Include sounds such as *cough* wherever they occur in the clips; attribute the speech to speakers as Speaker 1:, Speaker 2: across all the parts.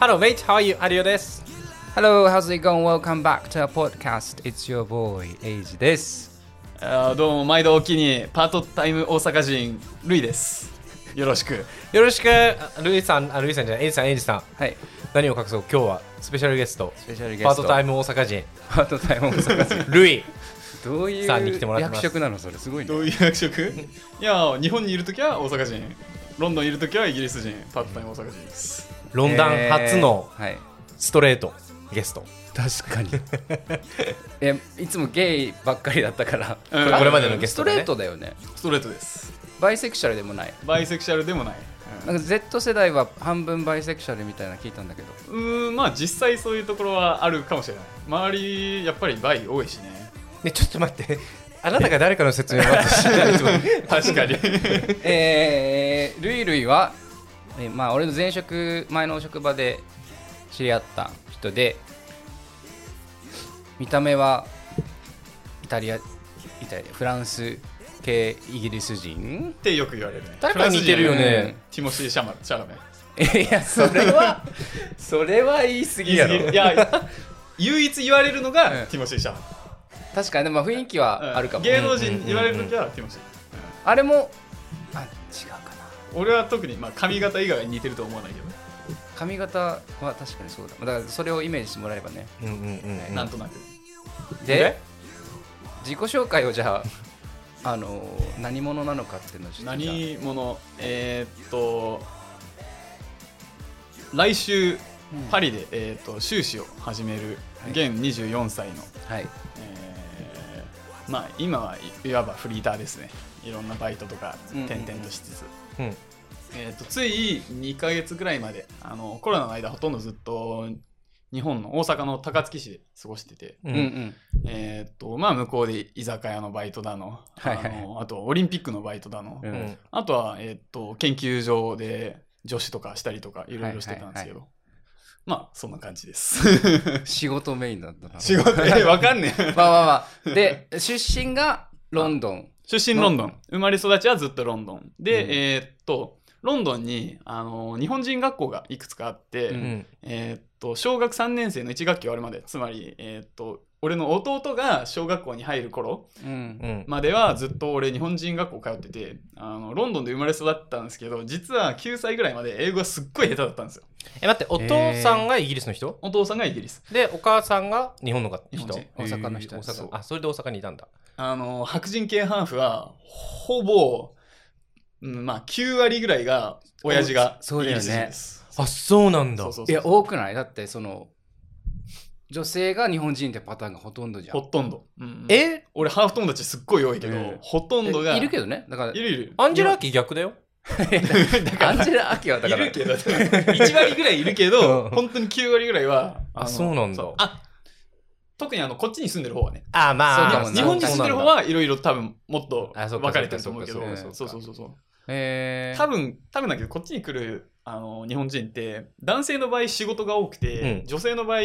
Speaker 1: Hello, mate. How are you? ハリオです。
Speaker 2: Hello, how's it going? Welcome back to our podcast. It's your boy, Age です。
Speaker 3: あーどうも毎度おきにパートタイム大阪人ルイですよろしく
Speaker 1: よろしく、あルイさん、あ、ルイさんじゃない、エイジさん、エイジさん。
Speaker 2: はい。
Speaker 1: 何を隠そう、今日はスペシャルゲスト、
Speaker 2: スペシャルゲスト。
Speaker 1: パートタイ
Speaker 2: ム。
Speaker 1: ム大阪人、
Speaker 2: パートタイム大阪人。
Speaker 1: ルイ。
Speaker 2: どうい
Speaker 1: さんに来てもら
Speaker 2: う
Speaker 1: ってま
Speaker 2: 役
Speaker 1: す
Speaker 2: 職なのそれすごいね
Speaker 3: ど。ういう役職いや日本にいるときは大阪人ロンドンいるときはイギリス人パートタイム大阪人です
Speaker 1: ロンダン初の
Speaker 2: えーはい。
Speaker 1: ストレートゲスト。
Speaker 2: 確かに。え、いつもゲイばっかりだったから。
Speaker 3: うん
Speaker 1: これまでのゲス
Speaker 2: ス
Speaker 1: ト
Speaker 2: ト
Speaker 1: がね
Speaker 2: レートだよね。
Speaker 3: ストレートです
Speaker 2: バイセクシャルでもない。
Speaker 3: バイセクシャルでもない、
Speaker 2: なんか Z 世代は半分バイセクシャルみたいなの聞いたんだけど。
Speaker 3: うん、うーんまあ実際そういうところはあるかもしれない周りやっぱりバイ多いしね
Speaker 1: *laughs* ね、ちょっと待って。あなたが誰かの説明をまずしないと。
Speaker 3: 確かに
Speaker 2: えー、ルイルイは、えーまあ、俺の前職前の職場で知り合った人で見た目はイタリアイタリアフランス系イギリス人 *laughs*
Speaker 3: ってよく言われるね
Speaker 1: 誰かに似てるよ
Speaker 3: フランス人
Speaker 1: ね。
Speaker 3: ティモシー・シャマシャラメ
Speaker 2: いやそれはそれは言い過ぎやろ
Speaker 3: いや唯一言われるのが
Speaker 2: うん
Speaker 3: ティモシー・シャマラ
Speaker 2: 確かに、ねまあ、雰囲気はあるかも、
Speaker 3: 芸能人に言われるときはティモシー
Speaker 2: あれもあ違うかな
Speaker 3: 俺は特に、まあ、髪型以外は似てると思わないけど、
Speaker 2: 髪型は確かにそうだだからそれをイメージしてもらえればね
Speaker 1: *laughs* うんうんうんうん
Speaker 3: なんとなく
Speaker 2: で自己紹介をじゃあ、あ *laughs* の何者なのかっていうのをちょっとじゃあ
Speaker 3: 何者えー、っと来週パリで、えー、っと修士を始める
Speaker 2: はい
Speaker 3: 現24歳の、
Speaker 2: はい
Speaker 3: えーまあ今はいいわばフリーターですねいろんなバイトとか
Speaker 2: うんうん
Speaker 3: 転々としつつ、
Speaker 1: うん
Speaker 3: えー、とつい2ヶ月ぐらいまであのコロナの間ほとんどずっと日本の大阪の高槻市で過ごしてて、
Speaker 1: う
Speaker 2: うんんうん
Speaker 3: えーっと、まあ、向こうで居酒屋のバイトだの、
Speaker 2: はいはい
Speaker 3: あのあと、オリンピックのバイトだの、
Speaker 2: う
Speaker 1: うんん
Speaker 3: あとは、えーっと、研究所で女子とかしたりとか、いろいろしてたんですけど、まあ、そんな感じです。
Speaker 2: 仕事メインだったな。
Speaker 3: 仕事、え、わかんね
Speaker 2: まあ
Speaker 3: え。
Speaker 2: まあまあ。で、出身がロンドン。
Speaker 3: 出身ロンドン、生まれ育ちはずっとロンドン。で、
Speaker 2: うん
Speaker 3: えーっと、ロンドンに、あの、日本人学校がいくつかあって、
Speaker 2: う
Speaker 1: うんん
Speaker 3: えーっと小学3年生の1学期終わるまでつまり、えーっと俺の弟が小学校に入る頃
Speaker 2: うん
Speaker 1: う。ん
Speaker 3: まではずっと俺日本人学校通っててあのロンドンで生まれ育ったんですけど実は9歳ぐらいまで英語がすっごい下手だったんですよ
Speaker 1: え、待って、お父さんがイギリスの人
Speaker 3: お父さんがイギリス
Speaker 1: で、お母さんが日本の人
Speaker 3: 日本人
Speaker 2: 大阪の人
Speaker 1: へー大阪
Speaker 2: そう
Speaker 1: あ、それで大阪にいたんだ。
Speaker 3: あの白人系ハーフはほぼ、うん、まあ9割ぐらいが親父が
Speaker 2: そう
Speaker 3: イ
Speaker 2: だ
Speaker 3: ギ
Speaker 2: よね
Speaker 3: リス人です
Speaker 1: あ、そうなんだ。
Speaker 3: そうそう
Speaker 2: い
Speaker 3: そう
Speaker 2: や、多くないだって、その、女性が日本人ってパターンがほとんどじゃん。
Speaker 3: ほとんど、うんうん
Speaker 1: え
Speaker 3: 俺ハーフ友達すっごい多いけど、
Speaker 2: うん
Speaker 3: ほとんどが
Speaker 2: えいるけ
Speaker 3: ど
Speaker 2: どね。だ *laughs* から、
Speaker 3: いるいる
Speaker 1: アンジェラーキー逆だよ。
Speaker 2: アンジェラ・アキはだ
Speaker 3: い
Speaker 2: から、
Speaker 3: るけど、1割 *laughs* ぐらいいるけど、
Speaker 1: うん
Speaker 3: 本当に9割ぐらいは。
Speaker 1: あ
Speaker 3: の
Speaker 1: そうなんだ
Speaker 3: そあ特にあのこっちに住んでる方はね。
Speaker 1: あ、ま
Speaker 2: あ
Speaker 1: あ、
Speaker 2: そうかもな
Speaker 3: 日本に住んでる方はいろいろ多分もっと
Speaker 1: あそう
Speaker 3: 分
Speaker 1: か
Speaker 3: かれてると思うけど
Speaker 1: そう
Speaker 2: か、そう
Speaker 3: そ
Speaker 2: かそ
Speaker 3: うそうう
Speaker 2: か
Speaker 3: そうそう。
Speaker 2: えー
Speaker 3: 多分、多分だけど、こっちに来るあの日本人って、男性の場合仕事が多くて、
Speaker 1: うん
Speaker 3: 女性の場合、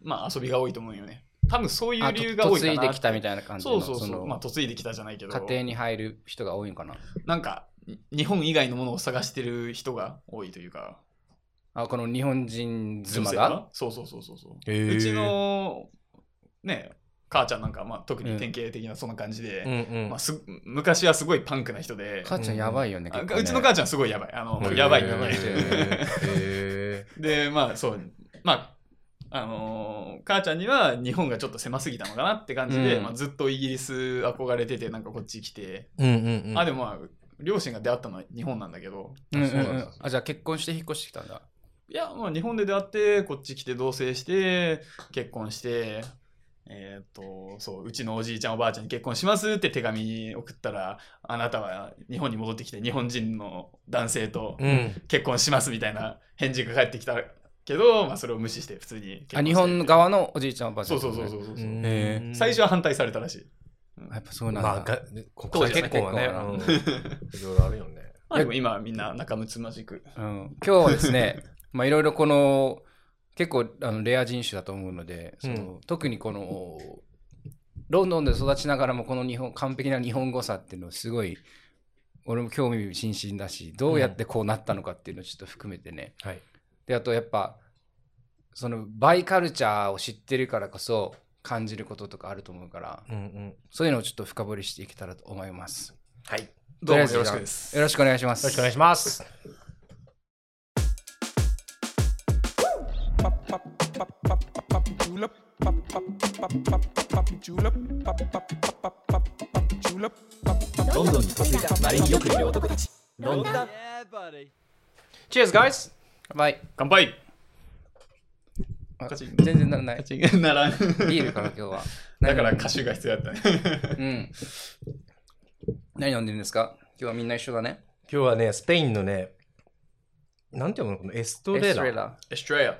Speaker 3: まあ遊びが多いと思うよね。多分そうい
Speaker 2: あ
Speaker 3: う
Speaker 2: と
Speaker 3: 理由が多いかな
Speaker 2: 嫁
Speaker 3: っ
Speaker 2: い
Speaker 3: て。
Speaker 2: できたみたいな感じ
Speaker 3: そ
Speaker 2: の、
Speaker 3: うそうそう。
Speaker 2: の
Speaker 3: まあ嫁いできたじゃないけど、
Speaker 2: 家庭に入る人が多いのかな。
Speaker 3: なんか日本以外のものを探してる人が多いというか。
Speaker 2: あ、この日本人
Speaker 3: 女
Speaker 2: 妻
Speaker 3: 性
Speaker 2: が
Speaker 3: がそうそうそうそうそう、
Speaker 1: へー
Speaker 3: うちのね母ちゃんなんか、まあ、特
Speaker 2: う
Speaker 3: に
Speaker 2: ん
Speaker 3: 典型的なそんな感じで、
Speaker 1: うんうん
Speaker 3: まあ、す昔はすごいパンクな人で
Speaker 2: 母ちゃんやばいよね。
Speaker 3: あ
Speaker 2: 結構ね
Speaker 3: うちの母ちゃんすごいやばいあの、
Speaker 1: うん
Speaker 3: やばい
Speaker 1: や
Speaker 3: 人
Speaker 1: ば
Speaker 3: 間
Speaker 1: いへえ。
Speaker 3: でまあそうまああのー母ちゃんには日本がちょっと狭すぎたのかなって感じで、
Speaker 2: うん
Speaker 3: まあ、ずっとイギリス憧れててなんかこっち来て、
Speaker 1: うんうんうん。
Speaker 3: あでもまあ両親が出会ったのは日本なんだけど
Speaker 2: うんうん
Speaker 1: そうなん
Speaker 2: う
Speaker 1: だ
Speaker 2: んあ、じゃあ結婚して引っ越してきたんだ。
Speaker 3: いや、まあ、日本で出会って、こっち来て同棲して、結婚して、えーっと、そう、うちのおじいちゃん、おばあちゃんに結婚しますって手紙送ったら、あなたは日本に戻ってきて、日本人の男性と
Speaker 1: うん。
Speaker 3: 結婚しますみたいな返事が返ってきたけど、まあ、それを無視して、普通に結
Speaker 2: あ
Speaker 3: 婚
Speaker 2: 日
Speaker 3: して
Speaker 2: 本側のおじいちゃんおばあちゃ
Speaker 3: そ
Speaker 2: ん
Speaker 3: う
Speaker 2: って
Speaker 3: そ
Speaker 2: こ
Speaker 3: う
Speaker 2: とね、
Speaker 3: そうそうそう、
Speaker 2: へー
Speaker 3: 最初は反対されたらしい。
Speaker 2: やっぱそうなんだ、
Speaker 1: まあ、が国際結婚はね、
Speaker 2: そう
Speaker 1: うんいろいろあるよね。
Speaker 3: まあ、でも今はみんな仲睦まじく。
Speaker 2: うん、今日はですね *laughs* まあいろいろこの結構あのレア人種だと思うのでその、
Speaker 1: う
Speaker 2: 特にこのロンドンで育ちながらもこの日本完璧な日本語さっていうのをすごい俺も興味津々だしどうやってこうなったのかっていうのをちょっと含めてね、
Speaker 1: はい。
Speaker 2: であとやっぱそのバイカルチャーを知ってるからこそ感じることとかあると思うから
Speaker 1: うんうん。
Speaker 2: そういうのをちょっと深掘りしていけたらと思います
Speaker 3: はい。ど
Speaker 2: とりあ
Speaker 3: うも
Speaker 2: えず
Speaker 3: よろしくです。
Speaker 2: よろしくお願いします
Speaker 1: よろしくお願いします。
Speaker 4: ロンドンに嫁いだマリンよくいる男たちロンドン
Speaker 1: チェーズ、ガイズ
Speaker 2: バイ
Speaker 3: 乾杯
Speaker 2: あ
Speaker 3: カチン
Speaker 2: 全然ならない
Speaker 3: ならん。
Speaker 2: ビールから今日は
Speaker 3: だから歌手が必要だったね。
Speaker 2: うん何飲んでるんですか今日はみんな一緒だね
Speaker 1: 今日はね、スペインのね、なんていうのこのエストレ
Speaker 2: エストレ
Speaker 1: ラっ
Speaker 2: ラ
Speaker 3: エストレア。い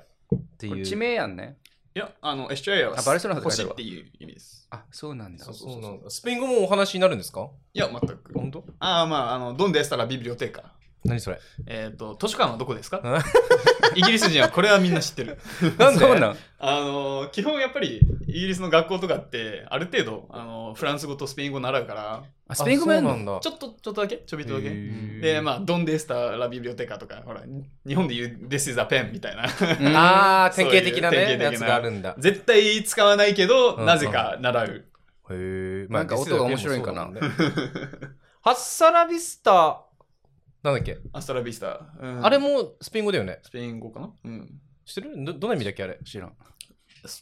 Speaker 1: て
Speaker 2: こ
Speaker 1: い
Speaker 2: れ
Speaker 1: う。
Speaker 2: 地名やんね
Speaker 3: や、あの、エストレアは
Speaker 2: あバルセロナって書
Speaker 3: 星
Speaker 2: い
Speaker 3: って
Speaker 2: あ
Speaker 3: て
Speaker 2: る
Speaker 3: いう意味です。
Speaker 2: あそうなんだ
Speaker 1: そうそうそうなんだスペイン語もお話になるんですか
Speaker 3: いや、全く。
Speaker 1: 本当
Speaker 3: ああ、まあ、あの、ドンデエスタラビブリオテーカ。
Speaker 1: 何それ
Speaker 3: えっ、と、図書館はどこですかイギリス人はこれはみんな知ってる。
Speaker 1: なんで
Speaker 2: そうなん
Speaker 3: あの、基本やっぱり、イギリスの学校とかって、ある程度、あの、フランス語とスペイン語習うから、
Speaker 2: あスペイン語もやん
Speaker 1: あそう
Speaker 2: の
Speaker 1: なんだ。
Speaker 3: ちょっと、ちょっとだけ、ちょびっとだ
Speaker 1: へ
Speaker 3: け。
Speaker 1: ー
Speaker 3: で、まあ、ドンデエスタラビブリオテーカとか、ほら、日本で言う、This is a pen みたいな。 *laughs*
Speaker 2: うん
Speaker 1: あー、典型的な
Speaker 3: そういう
Speaker 1: ね、
Speaker 3: 典型
Speaker 1: や
Speaker 3: 的
Speaker 1: つ
Speaker 3: な
Speaker 1: があるんだ。
Speaker 3: 絶対使わないけど、
Speaker 1: うん
Speaker 3: なぜか習う。 *laughs*
Speaker 1: へー
Speaker 2: なんか音が面白いんかな。
Speaker 1: デスだけでもそうだもんねハッサラビスタ、なんだっけ
Speaker 3: アストラビスタ。うん
Speaker 1: あれもスペイン語だよね。
Speaker 3: スペイン語かなうん。
Speaker 1: 知ってるどどの意味だっけあれ。
Speaker 2: 知らん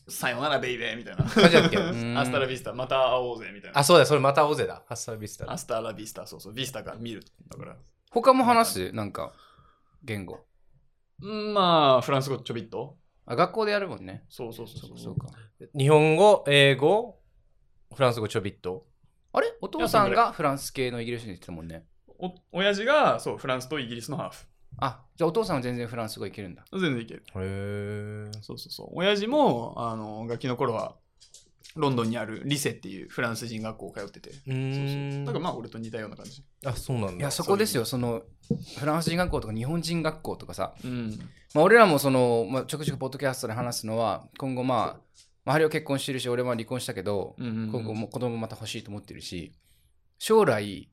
Speaker 3: さよならベイベーみたいな。
Speaker 1: マジだっけ
Speaker 2: ん
Speaker 3: アスタラビスタ、また会おうぜみたいな
Speaker 1: あ、。そうだ、それまた大勢だ。ハッサラビスタ。
Speaker 3: アスタラビスタ、そうそう、ビスタが見る。だから。
Speaker 2: 他も話すなんか言語
Speaker 3: うんまあ、フランス語ちょびっと。
Speaker 2: あ学校でやるもんね
Speaker 3: そうそうそう
Speaker 2: そう
Speaker 3: そ
Speaker 2: か
Speaker 3: う。
Speaker 2: そうか
Speaker 1: 日本語、英語、フランス語ちょびっと。
Speaker 2: あれお父さんがフランス系のイギリス人って言ってたもんね
Speaker 3: お親父が、そう、フランスとイギリスのハーフ。
Speaker 2: あじゃあお父さんは全然フランス語いけるんだ
Speaker 3: 全然いける。
Speaker 1: へー
Speaker 3: そうそうそう。親父も、あの、ガキの頃は、ロンドンにあるリセっていうフランス人学校を通ってて。
Speaker 1: うーん
Speaker 3: だからまあ、俺と似たような感じ。
Speaker 1: あ、そうなん
Speaker 2: い
Speaker 1: だ
Speaker 2: や。そこですよそのフランス人学校とか日本人学校とかさ、
Speaker 3: うん。
Speaker 2: まあ、俺らもその、まあ、ちょくちょくポッドキャストで話すのは今後まあ周りは結婚してるし俺は離婚したけど、
Speaker 3: うんうんうん
Speaker 2: 今後も子供また欲しいと思ってるし将来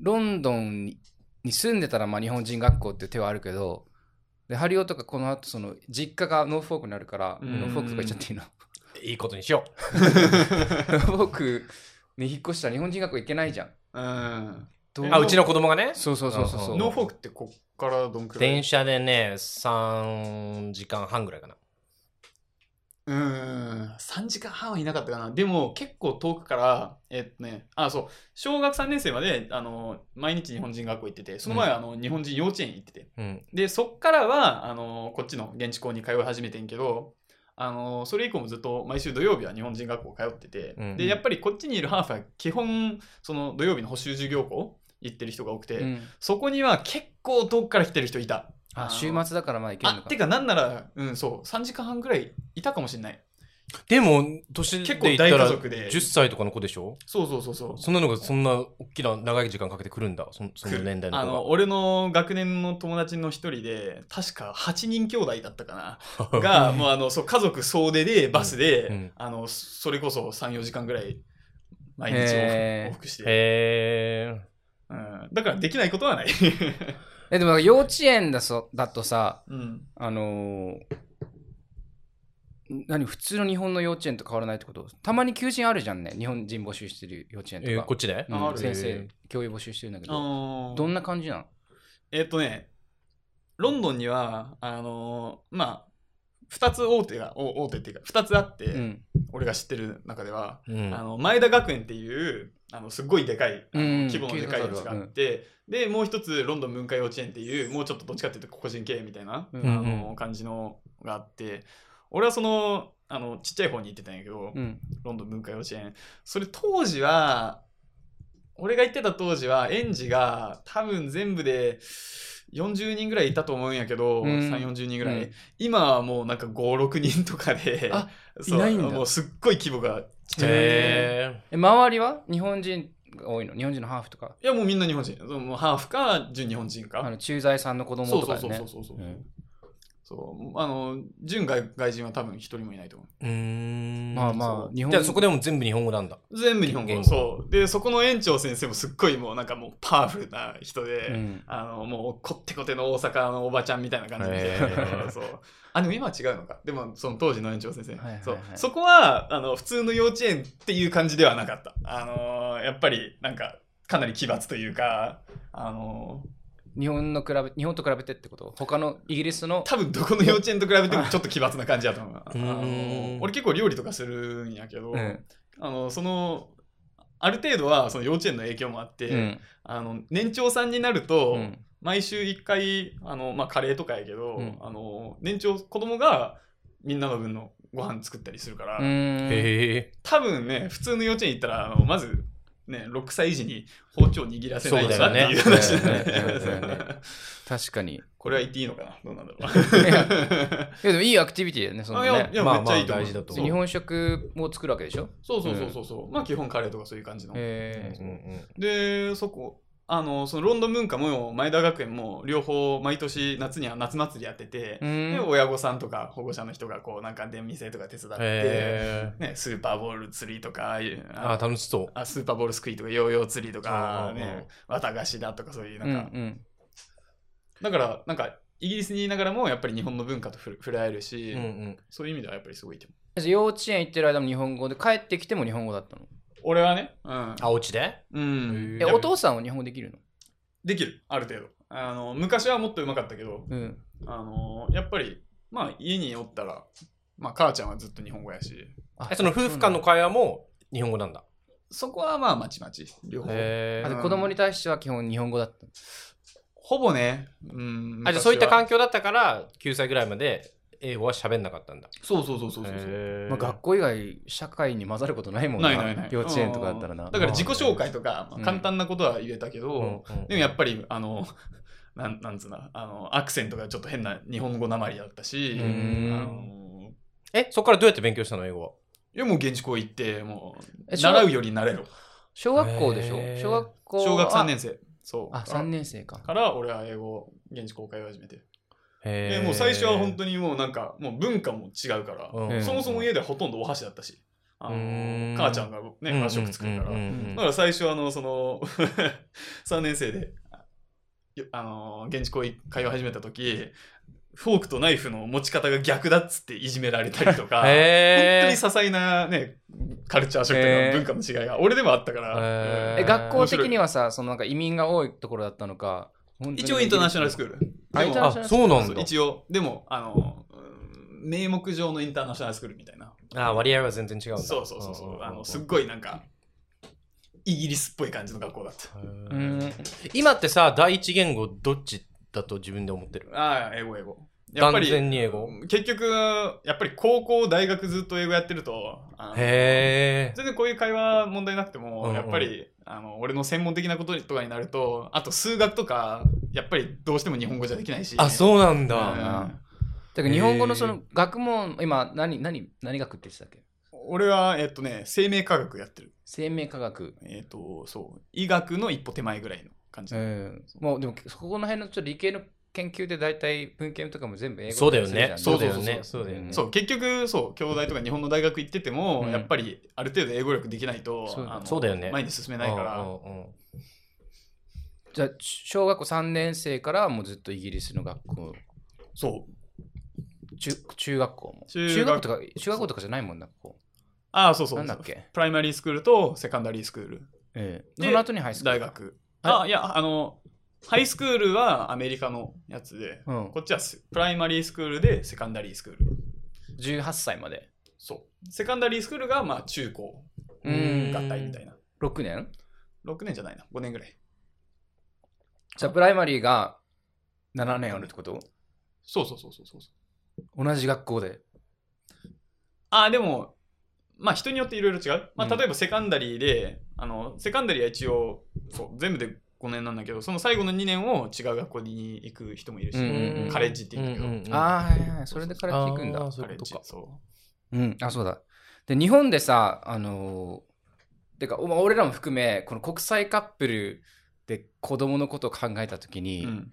Speaker 2: ロンドンにに住んでたらまあ日本人学校って手はあるけどでハリオとかこの後その実家がノーフォークになるから、
Speaker 3: うん
Speaker 2: ノーフォークとか言っちゃっていい
Speaker 3: *laughs*
Speaker 2: の
Speaker 1: いいことにしよ
Speaker 2: ノーフォークに引っ越したら日本人学校行けないじゃん
Speaker 3: うん。
Speaker 2: ど
Speaker 1: う
Speaker 2: う。
Speaker 1: あ、うちの子供がね。
Speaker 2: そうそうそうそうそう
Speaker 3: ノーフォークってこっからどんくらい
Speaker 1: 電車でね、3時間半ぐらいかな。
Speaker 3: うーん、3時間半はいなかったかな。でも、結構遠くから、えっとね、あ、そう、小学3年生まで、あの、毎日日本人学校行ってて、その前は、あの、日本人幼稚園行ってて。
Speaker 1: うん。
Speaker 3: で、そっからは、あの、こっちの現地校に通い始めてんけど、あの、それ以降もずっと毎週土曜日は日本人学校通ってて、
Speaker 1: うん
Speaker 3: で、やっぱりこっちにいるハーフは基本、その土曜日の補習授業校行ってる人が多くて、
Speaker 2: うん
Speaker 3: そこには結構遠くから来てる人いた。
Speaker 2: あ
Speaker 3: の
Speaker 2: 週末だからまあ行けるの
Speaker 3: あ
Speaker 2: か
Speaker 3: てかなんなら、うん、そう3時間半ぐらいいたかもしれない
Speaker 1: でも、年で
Speaker 3: 結
Speaker 1: 言
Speaker 3: 構
Speaker 1: った
Speaker 3: 大家
Speaker 1: ら
Speaker 3: 族で
Speaker 1: 10歳とかの子でしょ
Speaker 3: そうそうそうそう
Speaker 1: そんなのがそんな大きな長い時間かけてくるんだ。そその年代の
Speaker 3: あ
Speaker 1: 子が
Speaker 3: の。俺の学年の友達の一人で確か8人兄弟だったかながもうあのそう家族総出でバスで、
Speaker 1: うんうん
Speaker 3: あのそれこそ34時間ぐらい毎日
Speaker 2: へ
Speaker 3: 往
Speaker 2: ー
Speaker 3: 復して、
Speaker 1: へー
Speaker 3: うん、だからできないことはない、 *laughs*
Speaker 2: えでもなんか幼稚園だそだとさ
Speaker 3: うん、
Speaker 2: あのー何普通の日本の幼稚園と変わらないってことたまに求人あるじゃんね日本人募集してる幼稚園とか、
Speaker 1: えーこっちで
Speaker 2: う
Speaker 3: あ
Speaker 2: ん
Speaker 3: ある
Speaker 2: 先
Speaker 1: へ
Speaker 2: 生
Speaker 1: ー
Speaker 2: 教員募集してるんだけ
Speaker 3: あ
Speaker 2: ど
Speaker 3: ー
Speaker 2: どんな感じなの
Speaker 3: えっとね、ロンドンには、あのーまあ、二つ大手が、お大手っていうか、二つあって、
Speaker 2: うん
Speaker 3: 俺が知ってる中では、
Speaker 1: うん
Speaker 3: あの、前田学園っていう、あの、すっごいでかい、あの
Speaker 2: うん
Speaker 3: 規模のでかいやつがあって、で、もう一つ、ロンドン文化幼稚園っていう、もうちょっとどっちかっていうと個人経営みたいな、
Speaker 2: う
Speaker 3: あ
Speaker 2: ん
Speaker 3: の、感じのがあって、俺はその、あの、ちっちゃい方に行ってたんやけど、
Speaker 2: うん
Speaker 3: ロンドン文化幼稚園。それ当時は、俺が行ってた当時は、園児が多分全部で40人ぐらいいたと思うんやけど、
Speaker 2: うん
Speaker 3: 3、40人ぐらい。
Speaker 2: うん
Speaker 3: 今はもうなんか5、6人とかで、
Speaker 2: あ
Speaker 3: そう
Speaker 2: いないんだ
Speaker 3: もうすっごい規模がちっちゃい。
Speaker 1: へ
Speaker 2: え周りは日本人が多いの日本人のハーフとか
Speaker 3: いやもうみんな日本人。そうもうハーフか、純日本人
Speaker 2: あ
Speaker 3: か
Speaker 2: の。駐在さんの子供
Speaker 3: そう
Speaker 2: と
Speaker 3: そ
Speaker 2: か
Speaker 3: う
Speaker 2: だ
Speaker 3: そ
Speaker 2: よ
Speaker 3: う
Speaker 2: ね
Speaker 3: そうそうそう。
Speaker 2: うん
Speaker 3: そうあの純外外人は多分一人もいないと思
Speaker 1: うーん
Speaker 2: まあまあ、日
Speaker 1: あ
Speaker 2: 本
Speaker 1: じゃあそこでも全部日本語なんだ
Speaker 3: う全部日本
Speaker 1: 言
Speaker 3: 語
Speaker 1: 語
Speaker 3: そうでそこの園長先生もすっごいもうなんかもうパワフルな人で、
Speaker 2: うん
Speaker 3: あのもうこってこての大阪のおばちゃんみたいな感じで、
Speaker 1: へー
Speaker 3: そうあでも今は違うのかでもその当時の園長先生、
Speaker 2: はいはいはい
Speaker 3: そうそこはあの普通の幼稚園っていう感じではなかったあのーやっぱりなんかかなり奇抜というかあのー
Speaker 2: 日本の比べ日本と比べてってこと他のイギリスの
Speaker 3: 多分どこの幼稚園と比べてもちょっと奇抜な感じだと思うあ
Speaker 1: うん
Speaker 3: のー俺結構料理とかするんやけど、
Speaker 2: うん
Speaker 3: あのそのある程度はその幼稚園の影響もあって、
Speaker 2: うん
Speaker 3: あの年長さんになると、
Speaker 2: うん
Speaker 3: 毎週1回あの、まあ、カレーとかやけど、
Speaker 2: うん
Speaker 3: あの年長子供がみんなの分のご飯作ったりするから、
Speaker 2: うん
Speaker 1: へ
Speaker 3: 多分ね普通の幼稚園行ったらあのまず、ね、6歳児に包丁握らせない
Speaker 1: そう
Speaker 3: か
Speaker 1: だ
Speaker 3: ら
Speaker 1: よ
Speaker 3: っ
Speaker 1: ね
Speaker 3: ていう話だね
Speaker 1: うんうんうんうん
Speaker 2: 確か
Speaker 3: *laughs*
Speaker 2: にい
Speaker 3: これは言っていいのかなどうなんだろ
Speaker 2: やでもいいアクティビティだよねそうの
Speaker 3: *laughs* あ
Speaker 2: ね
Speaker 3: いやいや
Speaker 1: ま
Speaker 3: め
Speaker 1: あ
Speaker 3: っちゃいいと
Speaker 1: まあ
Speaker 3: 思う,、
Speaker 1: 大事だと思
Speaker 2: 日本食も作るわけでしょ
Speaker 3: そうそうそうそうそう、まあ基本カレーとかそういう感じの、
Speaker 2: え
Speaker 1: えうん
Speaker 3: でそこあのそのロンドン文化も前田学園も両方毎年夏には夏祭りやってて、
Speaker 2: ー
Speaker 3: で
Speaker 2: うん
Speaker 3: 親御さんとか保護者の人がこうなんか出店とか手伝って、
Speaker 1: へえ
Speaker 3: ね、スーパーボール釣りとかああいう
Speaker 1: あ
Speaker 3: あ
Speaker 1: 楽しそう
Speaker 3: あスーパーボールすくいとかヨーヨー釣りとか、
Speaker 1: うんうんうん
Speaker 3: ね、綿菓子だとかそういうな
Speaker 2: うんんう
Speaker 3: か、
Speaker 2: ん
Speaker 3: だからなんかイギリスにいながらもやっぱり日本の文化とふ触れ合えるし、
Speaker 1: うんうん
Speaker 3: そういう意味ではやっぱりすごいと思う
Speaker 2: じゃあ幼稚園行ってる間も日本語で帰ってきても日本語だったの
Speaker 3: 俺はね、うん
Speaker 1: あお家で
Speaker 3: うん、
Speaker 2: え
Speaker 3: やっぱ
Speaker 2: お父さんは日本語できるの
Speaker 3: できるある程度あの昔はもっとうまかったけど
Speaker 2: うん
Speaker 3: あのやっぱり、まあ、家におったら、まあ、母ちゃんはずっと日本語やし、
Speaker 2: あ
Speaker 1: えその夫婦間の
Speaker 2: そう
Speaker 1: 会話も日本語なんだ
Speaker 3: そこはまあ、まちまち、両方。
Speaker 1: へえ
Speaker 2: なんだあで子供に対しては基本日本語だった
Speaker 3: ほぼね、うん。
Speaker 1: あじゃあそういった
Speaker 3: 昔は
Speaker 1: 環境だったから9歳ぐらいまで英語は喋んなかったんだ
Speaker 3: そうそうそうそうそうそう。
Speaker 1: へえ
Speaker 2: まあ、学校以外社会に混ざることないもん
Speaker 3: ないないない。
Speaker 2: 幼稚園とかだったら
Speaker 3: う
Speaker 2: なん
Speaker 3: だから自己紹介とか、まあ
Speaker 2: うん
Speaker 3: 簡単なことは言えたけ
Speaker 1: うん
Speaker 3: ど、
Speaker 1: うん
Speaker 3: でもやっぱり、あの、 *laughs* なんなんつうな、あの、アクセントがちょっと変な日本語なまりだったし、
Speaker 1: う
Speaker 3: あ
Speaker 1: ん
Speaker 3: の、
Speaker 1: えそこからどうやって勉強したの英語はい
Speaker 3: やもう現地校行って、もう、
Speaker 2: え
Speaker 3: 習うより慣れろ。
Speaker 2: 小学校でしょ
Speaker 1: へー
Speaker 2: 小学校は
Speaker 3: 小学3年生。そう。
Speaker 2: あ三年生か
Speaker 3: から、俺は英語、現地校通い始めて。
Speaker 1: へ
Speaker 3: でもう最初は本当にもうなんかもう文化も違うから、
Speaker 1: うん
Speaker 3: そもそも家ではほとんどお箸だったし、あの
Speaker 1: うん
Speaker 3: 母ちゃんが
Speaker 1: うん
Speaker 3: ね和食作るから、
Speaker 1: うんうん
Speaker 2: うん
Speaker 3: だから最初はあのその *laughs* 3年生であよあの現地校会話始めた時フォークとナイフの持ち方が逆だっつっていじめられたりとか。本当
Speaker 1: へ
Speaker 3: に些
Speaker 1: え
Speaker 3: 細なね、カルチャーショック
Speaker 2: へー
Speaker 3: や文化の違いが、俺でもあったから、
Speaker 1: へー
Speaker 2: え
Speaker 3: うん
Speaker 2: 学校的にはさそのなんか移民が多いところだったのか
Speaker 3: 一応インターナショナルス
Speaker 2: ク
Speaker 3: クール。
Speaker 2: あ
Speaker 3: で
Speaker 2: イン
Speaker 3: も
Speaker 2: ターナショナル
Speaker 1: あそうなん
Speaker 3: そう
Speaker 1: だ
Speaker 3: 一応でもあのうん名目上のインターナショナルスクールみたいな
Speaker 1: あ割合は全然違うんだ
Speaker 3: そうそうそうそうあのすっ
Speaker 1: っ
Speaker 3: ごいなんかイギリスっぽい感じの学校だった
Speaker 2: ール
Speaker 1: 今ってさ第一言語どっちだと自分で思ってる
Speaker 3: ああ英語英語やっぱ
Speaker 1: 完
Speaker 3: り
Speaker 1: 全に英語
Speaker 3: 結局やっぱり高校大学ずっと英語やってるとあの
Speaker 1: へえ
Speaker 3: 全然こういう会話問題なくても、
Speaker 1: うんうん
Speaker 3: やっぱりあの俺の専門的なこととかになるとあと数学とかやっぱりどうしても日本語じゃできないし
Speaker 1: あそうなん
Speaker 3: う
Speaker 1: だ
Speaker 3: ん
Speaker 2: だから日本語のその学問今何何何学って言ってたっけ
Speaker 3: 俺はえっとね生命科学やってる
Speaker 2: 生命科学
Speaker 3: えっ、と、そう、医学の一歩手前ぐらいの感じ。
Speaker 2: うんもうでもそこの辺のちょっと理系の研究で大体文献とかも全部英語
Speaker 1: そうだよ
Speaker 2: するじゃ
Speaker 1: ね
Speaker 2: ん
Speaker 1: そうだよ
Speaker 3: そうそう
Speaker 1: ね
Speaker 3: そう
Speaker 1: そうだよね
Speaker 3: そう、結局、そう、京大とか日本の大学行ってても、
Speaker 2: うん
Speaker 3: やっぱりある程度英語力できないと、
Speaker 2: そうだ
Speaker 3: あの
Speaker 1: そうだよね
Speaker 3: 前に進めないから、
Speaker 1: うんうんうん
Speaker 2: じゃあ小学校3年生からもうずっとイギリスの学校
Speaker 3: そう。
Speaker 2: 中中学校も中
Speaker 3: 中学
Speaker 2: 学とか中学校とかじゃないもんなここ
Speaker 3: ああ、そうそう
Speaker 2: なんだっけ
Speaker 3: プライマリースクールとセカンダリースクール、
Speaker 2: ええ
Speaker 3: で
Speaker 2: その後にハイスクー
Speaker 3: 大
Speaker 2: ル
Speaker 3: 学。
Speaker 2: あ
Speaker 3: あ、いや、あの、ハイスクールはアメリカのやつで、
Speaker 2: うん
Speaker 3: こっちはスプライマリースクールでセカンダリースクール。
Speaker 2: 18歳まで
Speaker 3: そう。セカンダリースクールが、まあ、中高
Speaker 1: う
Speaker 2: うんん
Speaker 3: 合体みたいな。
Speaker 2: 6年
Speaker 3: 6年じゃないな、5年ぐらい。
Speaker 2: じゃあプライマリーが7年あるってこと
Speaker 3: そうそうそうそうそう。
Speaker 2: 同じ学校で
Speaker 3: あーでも、まあ人によっていろいろ違う。ま
Speaker 2: う
Speaker 3: あ
Speaker 2: ん
Speaker 3: 例えばセカンダリーで、あの、セカンダリーは一応、そう、全部で5年なんだけど、その最後の2年を違う学校に行く人もいるし、
Speaker 2: うんうんうん
Speaker 3: カレッジって言うんだけど、
Speaker 2: ああはいはいはいそれでから聞くんだ
Speaker 1: あーそう
Speaker 3: カ
Speaker 1: いう
Speaker 3: レッ
Speaker 1: こと
Speaker 3: ジ
Speaker 1: か、
Speaker 3: そう。
Speaker 2: うんあそうだで日本でさあのーてかお俺らも含めこの国際カップルで子供のことを考えた時に、
Speaker 3: うん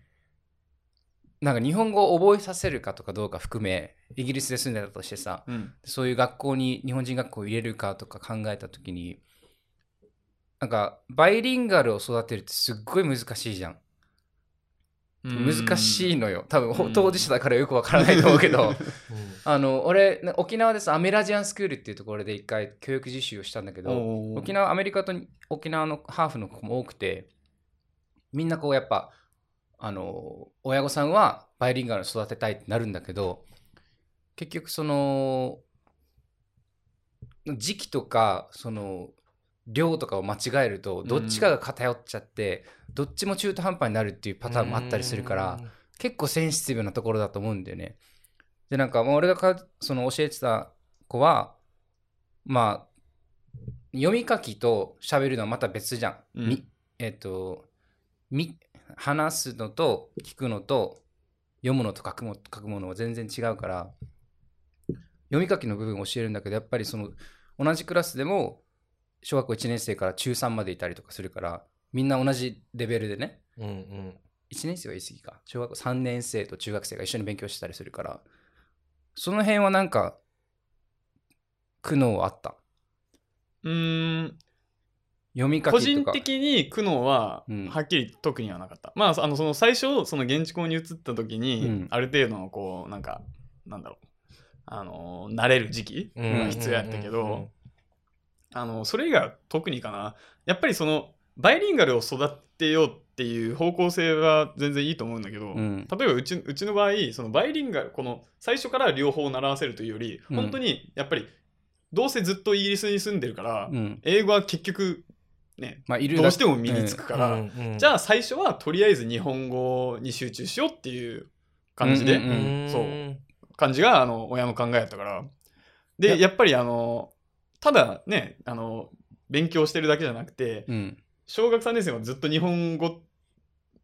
Speaker 2: なんか日本語を覚えさせるかとかどうか含めイギリスで住んでたとしてさ
Speaker 3: うん。
Speaker 2: そういう学校に日本人学校を入れるかとか考えた時になんかバイリンガルを育てるってすっごい難しいじゃん難し
Speaker 3: い
Speaker 2: いのよ多
Speaker 3: うん
Speaker 2: 分当事者だからよくわからないと思うけ
Speaker 3: *laughs*
Speaker 2: どあの俺ね沖縄でさアメラジアンスクールっていうところで一回教育実習をしたんだけど沖
Speaker 3: 沖
Speaker 2: 縄アメリカと沖縄のハーフの子も多くてみんなこうやっぱあの親御さんはバイリンガルを育てたいってなるんだけど結局その時期とかその量とかを間違えるとどっちかが偏っちゃって、どっちも中途半端になるっていうパターンもあったりするから。結構センシティブなところだと思うんだよね。でなんかまあ俺がかその教えてた子はまあ読み書きと喋るのはまた別じゃん。
Speaker 3: うん
Speaker 2: みえっ、とみ話すのと聞くのと読むのと書くも書くものは全然違うから読み書きの部分を教えるんだけどやっぱりその同じクラスでも小学校1年生から中3までいたりとかするからみんな同じレベルでね
Speaker 1: うんうん
Speaker 2: 1年生は言い過ぎか小学校3年生と中学生が一緒に勉強してたりするからその辺はなんか苦悩はあった
Speaker 3: うーん
Speaker 2: 読み書きとか
Speaker 3: 個人的に苦悩は
Speaker 2: うん
Speaker 3: はっきり特にはなかった、まああのその最初その現地校に移った時に、
Speaker 2: うん
Speaker 3: ある程度のこうなんかなんだろうあの慣れる時期
Speaker 1: うん
Speaker 3: が必要やったけど、あのそれ以外は特にかなやっぱりそのバイリンガルを育てようっていう方向性は全然いいと思うんだけど、
Speaker 2: うん
Speaker 3: 例えばうちうちの場合そのバイリンガルこの最初から両方習わせるというより、
Speaker 2: うん
Speaker 3: 本当にやっぱりどうせずっとイギリスに住んでるから、
Speaker 2: うん
Speaker 3: 英語は結局ね
Speaker 2: まあいる
Speaker 3: どうしても身につくから、じ
Speaker 1: あ
Speaker 3: ゃあ最初はとりあえず日本語に集中しようっていう感じで、
Speaker 2: うんうん
Speaker 1: そ
Speaker 3: そううん感じがあの親の考えやったからでやっぱりあのただねあの勉強してるだけじゃなくて
Speaker 2: うん
Speaker 3: 小学3年生はずっと日本語っ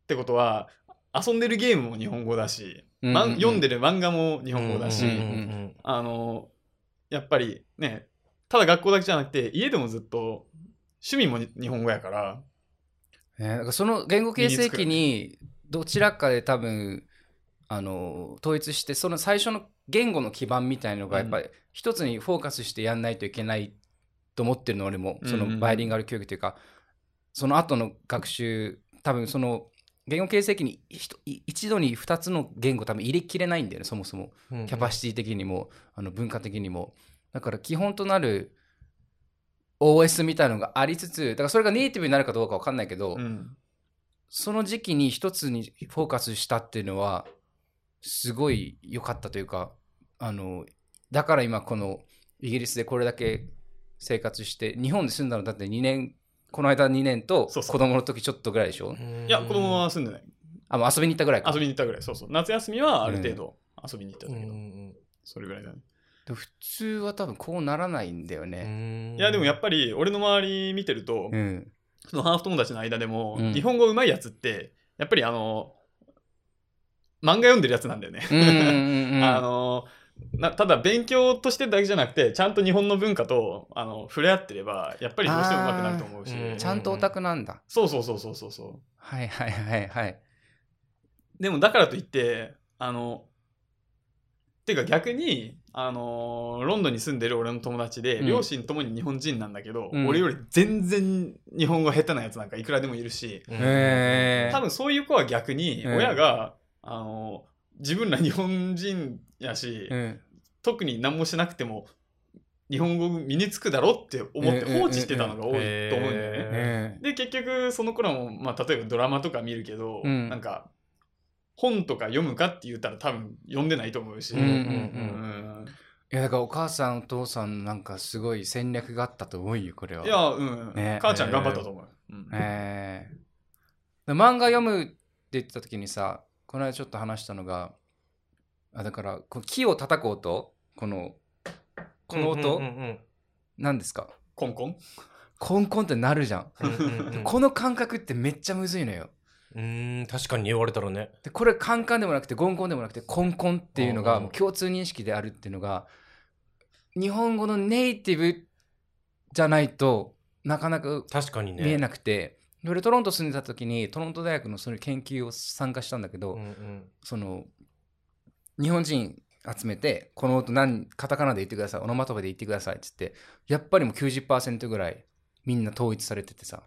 Speaker 3: てことは遊んでるゲームも日本語だし、
Speaker 2: うん
Speaker 3: まん
Speaker 2: うん
Speaker 3: 読んでる漫画も日
Speaker 1: 日
Speaker 3: 本語だし、
Speaker 2: うんうんうん
Speaker 3: あのやっぱりねただ学校だけじゃなくて家でもずっと趣味もに日本語やから
Speaker 2: ねだからその言語形成期にどちらかで多分あの統一してその最初の言語の基盤みたいのがやっぱり一つにフォーカスしてやんないといけないと思ってるの俺もそ
Speaker 3: うんうんう
Speaker 2: の
Speaker 3: ん
Speaker 2: バイリンガル教育というかその後の学習多分その言語形成期にひとい一度に2つの言語多分入れきれないんだよねそもそも。
Speaker 1: うん
Speaker 2: キャパシティ的にもあの文化的にもだから基本となる OS みたいのがありつつだからそれがネイティブになるかどうかわかんないけど、
Speaker 3: うん
Speaker 2: その時期に一つにフォーカスしたっていうのはすごい良かったというかあのだから今このイギリスでこれだけ生活して日本で住んだのだって2年この間2年と子
Speaker 3: そうそう
Speaker 2: 供の時ちょっとぐらいでしょ
Speaker 1: うん
Speaker 3: いや子供は住んでない
Speaker 2: あもう遊びに行ったぐらいか
Speaker 3: 遊びに行ったぐらいそうそう夏休みはある程度遊びに行った
Speaker 1: うん
Speaker 3: だけど、
Speaker 1: うん
Speaker 3: それぐらいだね
Speaker 2: で普通は多分こうならないんだよ
Speaker 1: う
Speaker 2: ね
Speaker 1: ん
Speaker 3: いやでもやっぱり俺の周り見てると、
Speaker 2: うん
Speaker 3: そのハーフ友達の間でも、
Speaker 2: うん
Speaker 3: 日本語うまいやつってやっぱりあの漫画読んでるやつなんだよね、
Speaker 2: うんうんうんうん
Speaker 3: *laughs* あのなただ勉強としてだけじゃなくてちゃんと日本の文化とあの触れ合ってればやっぱりどうしても上手くなると思うし、
Speaker 1: あーうん
Speaker 2: ちゃんとオタクなんだ
Speaker 3: そうそうそうそうそうそ
Speaker 2: はいはいはいはいう
Speaker 3: でもだからといってあのていうか逆にあのロンドンに住んでる俺の友達で、
Speaker 2: うん
Speaker 3: 両親ともに日本人なんだけど、
Speaker 2: うん
Speaker 3: 俺より全然日本語下手なやつなんかいくらでもいるし、
Speaker 1: うん
Speaker 2: え
Speaker 3: 多分そういう子は逆に
Speaker 2: うん
Speaker 3: 親が、あの自分ら日本人やし、
Speaker 2: うん
Speaker 3: 特に何もしなくても日本語身につくだろって思って
Speaker 2: うんうん
Speaker 3: 放置してたのが多いと思うんだよね。
Speaker 1: へ
Speaker 2: うん
Speaker 3: で結局その頃も、まあ、例えばドラマとか見るけど、
Speaker 2: うん
Speaker 3: なんか本とか読むかって言ったら多分読んでないと思うし。
Speaker 1: うんうん
Speaker 3: う
Speaker 1: うん
Speaker 3: ん
Speaker 2: いやだからお母さんお父さんのなんかすごい戦略があったと思うよこれはい
Speaker 3: や、うん、
Speaker 2: ね
Speaker 3: 母ちゃん頑張ったと思う。うん
Speaker 2: えーで漫画読むって言ってた時にさこの間ちょっと話したのがあだからこの木を叩く音このこの音、
Speaker 1: うんうん
Speaker 2: 何ですか
Speaker 3: コンコン
Speaker 2: コンコンってなるじゃん、
Speaker 1: うんうんうん
Speaker 2: この感覚ってめっちゃむずいのよ
Speaker 1: うん確かに言われたらね
Speaker 2: でこれカンカンでもなくてゴンゴンでもなくてコンコンっていうの
Speaker 1: うんう
Speaker 2: が
Speaker 1: ん
Speaker 2: もう共通認識であるっていうのが日本語のネイティブじゃないとなかなか
Speaker 1: 確かにね
Speaker 2: 見えなくて、で俺トロント住んでた時にトロント大学のその研究を参加したんだけど、
Speaker 1: うんうん
Speaker 2: その日本人集めて、この音何、カタカナで言ってください、オノマトペで言ってくださいって言って、やっぱりもう90%ぐらいみんな統一されててさ、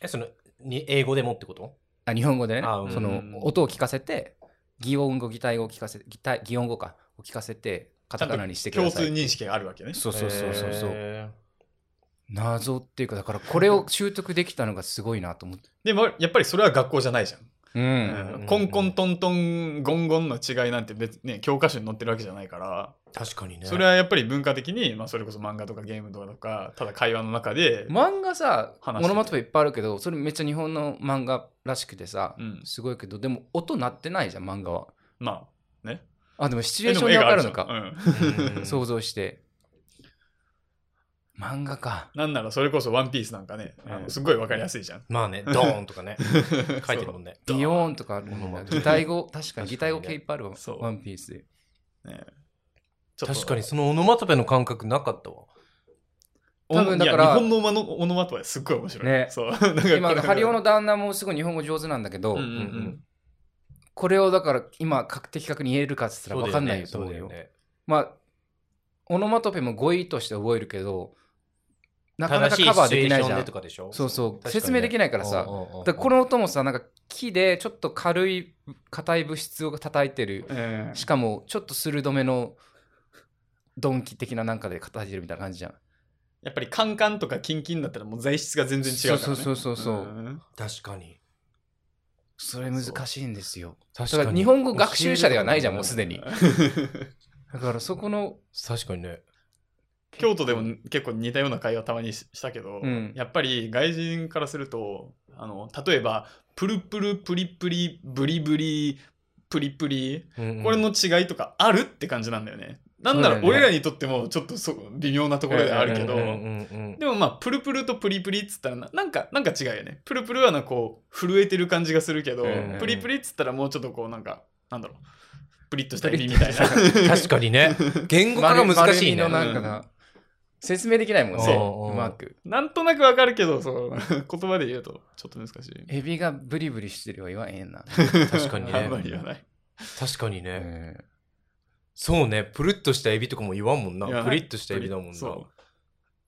Speaker 4: え、その、に英語でもってこと
Speaker 2: あ日本語でね
Speaker 4: あうん
Speaker 2: その音を聞かせて擬音語擬態語を聞かせ擬態擬音語かを聞かせてカ
Speaker 3: ち
Speaker 2: タ
Speaker 3: ゃん
Speaker 2: カ
Speaker 3: と
Speaker 2: ナにしてく
Speaker 3: 共
Speaker 2: だ
Speaker 3: 通
Speaker 2: さい
Speaker 3: 認識があるわけね。
Speaker 2: そうそうそうそうそう、
Speaker 4: へ
Speaker 2: 謎っていうかだからこれを習得できたのがすごいなと思って
Speaker 3: でもやっぱりそれは学校じゃないじゃん。
Speaker 2: う
Speaker 4: うん
Speaker 2: ん、
Speaker 4: うん
Speaker 3: コンコントントンゴンゴンの違いなんて別ね教科書に載ってるわけじゃないから、
Speaker 4: ー確かにね。
Speaker 3: それはやっぱり文化的に、まあ、それこそ漫画とかゲームとかとかただ会話の中で、
Speaker 2: 漫画さ
Speaker 3: 話してて
Speaker 2: モノマトペいっぱいあるけどそれめっちゃ日本の漫画らしくてさ、
Speaker 3: うん
Speaker 2: すごいけどでも音鳴ってないじゃん漫画は
Speaker 3: まあ
Speaker 2: あでもシチュエ
Speaker 3: え
Speaker 2: ー
Speaker 3: で
Speaker 2: シ
Speaker 3: も
Speaker 2: ョンで
Speaker 3: 絵
Speaker 2: 分
Speaker 3: があ
Speaker 2: か
Speaker 3: る
Speaker 2: る
Speaker 3: じゃ
Speaker 2: のか、
Speaker 3: ん
Speaker 4: うん
Speaker 2: 想像して漫画か
Speaker 3: うん、なんならそれこそ「ワンピースなんかね、あのすっごいわかりやすいじゃん。
Speaker 4: ま
Speaker 2: *laughs*
Speaker 4: あね、ドーンとかね、書いてるもんね。
Speaker 2: ビヨーンとかあるもん
Speaker 4: モノマ
Speaker 2: な
Speaker 4: トペ
Speaker 2: 擬態語確かに擬態語
Speaker 4: 確か
Speaker 2: 系
Speaker 4: にね
Speaker 2: いっぱいあるわ
Speaker 3: そう
Speaker 2: ワンピースで
Speaker 3: ねちょっと
Speaker 4: 確かに、そのオノマトペの感覚なかったわ。
Speaker 2: 多分
Speaker 3: おい
Speaker 2: だ
Speaker 3: や
Speaker 2: から
Speaker 3: 日本の馬のオノマトペすっごい面白い。
Speaker 2: ね
Speaker 3: そうなん
Speaker 2: *laughs*
Speaker 3: か
Speaker 2: 今ハリオの旦那もすごい日本語上手なんだけど、
Speaker 3: うんうんうん
Speaker 2: これをだから今確的確に言えるかっつったら
Speaker 4: そうだよね
Speaker 2: 分かんないと思うよ
Speaker 4: そだね
Speaker 2: まあオノマトペも語彙として覚えるけどなかなか
Speaker 4: 正しい
Speaker 2: カバーできない
Speaker 4: シチュエーション
Speaker 2: じゃ
Speaker 4: で
Speaker 2: ん
Speaker 4: とかでしょ
Speaker 2: そうそう
Speaker 4: 確かにね
Speaker 2: 説明できないからさ
Speaker 4: うんうんうんうん
Speaker 2: だからこの音もさなんか木でちょっと軽い硬い物質を叩いてる
Speaker 3: え
Speaker 2: しかもちょっと鋭めの鈍器的ななんかで叩いてるみたいな感じじゃん
Speaker 3: やっぱりカンカンとかキンキンだったらもう材質が全然違うから、ね。
Speaker 2: そうそうそうそうそうん *laughs*
Speaker 4: 確かに。
Speaker 2: それ難しいんですよ
Speaker 4: 確
Speaker 2: だから日本語学習者ではないじゃんもうすでにだからそこの
Speaker 4: 確かにね。
Speaker 3: *laughs* 京都でも結構似たような会話たまにししたけど、
Speaker 2: うん
Speaker 3: やっぱり外人からするとあの例えばプルプルプリプリブリブリプリプリこれの違いとかあるって感じなんだよね。なんなら
Speaker 2: そうだよね
Speaker 3: 俺らにとってもちょっとそ微妙なところではあるけど、
Speaker 4: うんうんうんうん
Speaker 3: でもまあプルプルとプリプリっつったらななんかなんか違うよね。プルプルはなんかこう震えてる感じがするけど、
Speaker 2: うん
Speaker 3: プリプリっつったらもうちょっとこうなんかなんだろうプリッとしたエビみたいな。
Speaker 4: 確かにね。言語化が難しいね。
Speaker 2: 丸丸みのなんかな説明できないもんね
Speaker 4: そう
Speaker 2: うまく
Speaker 3: *laughs* なんとなくわかるけどそう *laughs* 言葉で言うとちょっと難しい。
Speaker 2: エビがブリブリしてるは言わへんな、
Speaker 4: 確かに
Speaker 3: *laughs* あんまり
Speaker 4: ね。
Speaker 3: 言わない。
Speaker 4: 確かに
Speaker 2: う
Speaker 4: ね。
Speaker 2: ん
Speaker 4: そうね。プルッとしたエビとかも言わんもんな
Speaker 3: 言わ。ない
Speaker 4: プリッとしたエビだもんな。
Speaker 3: そう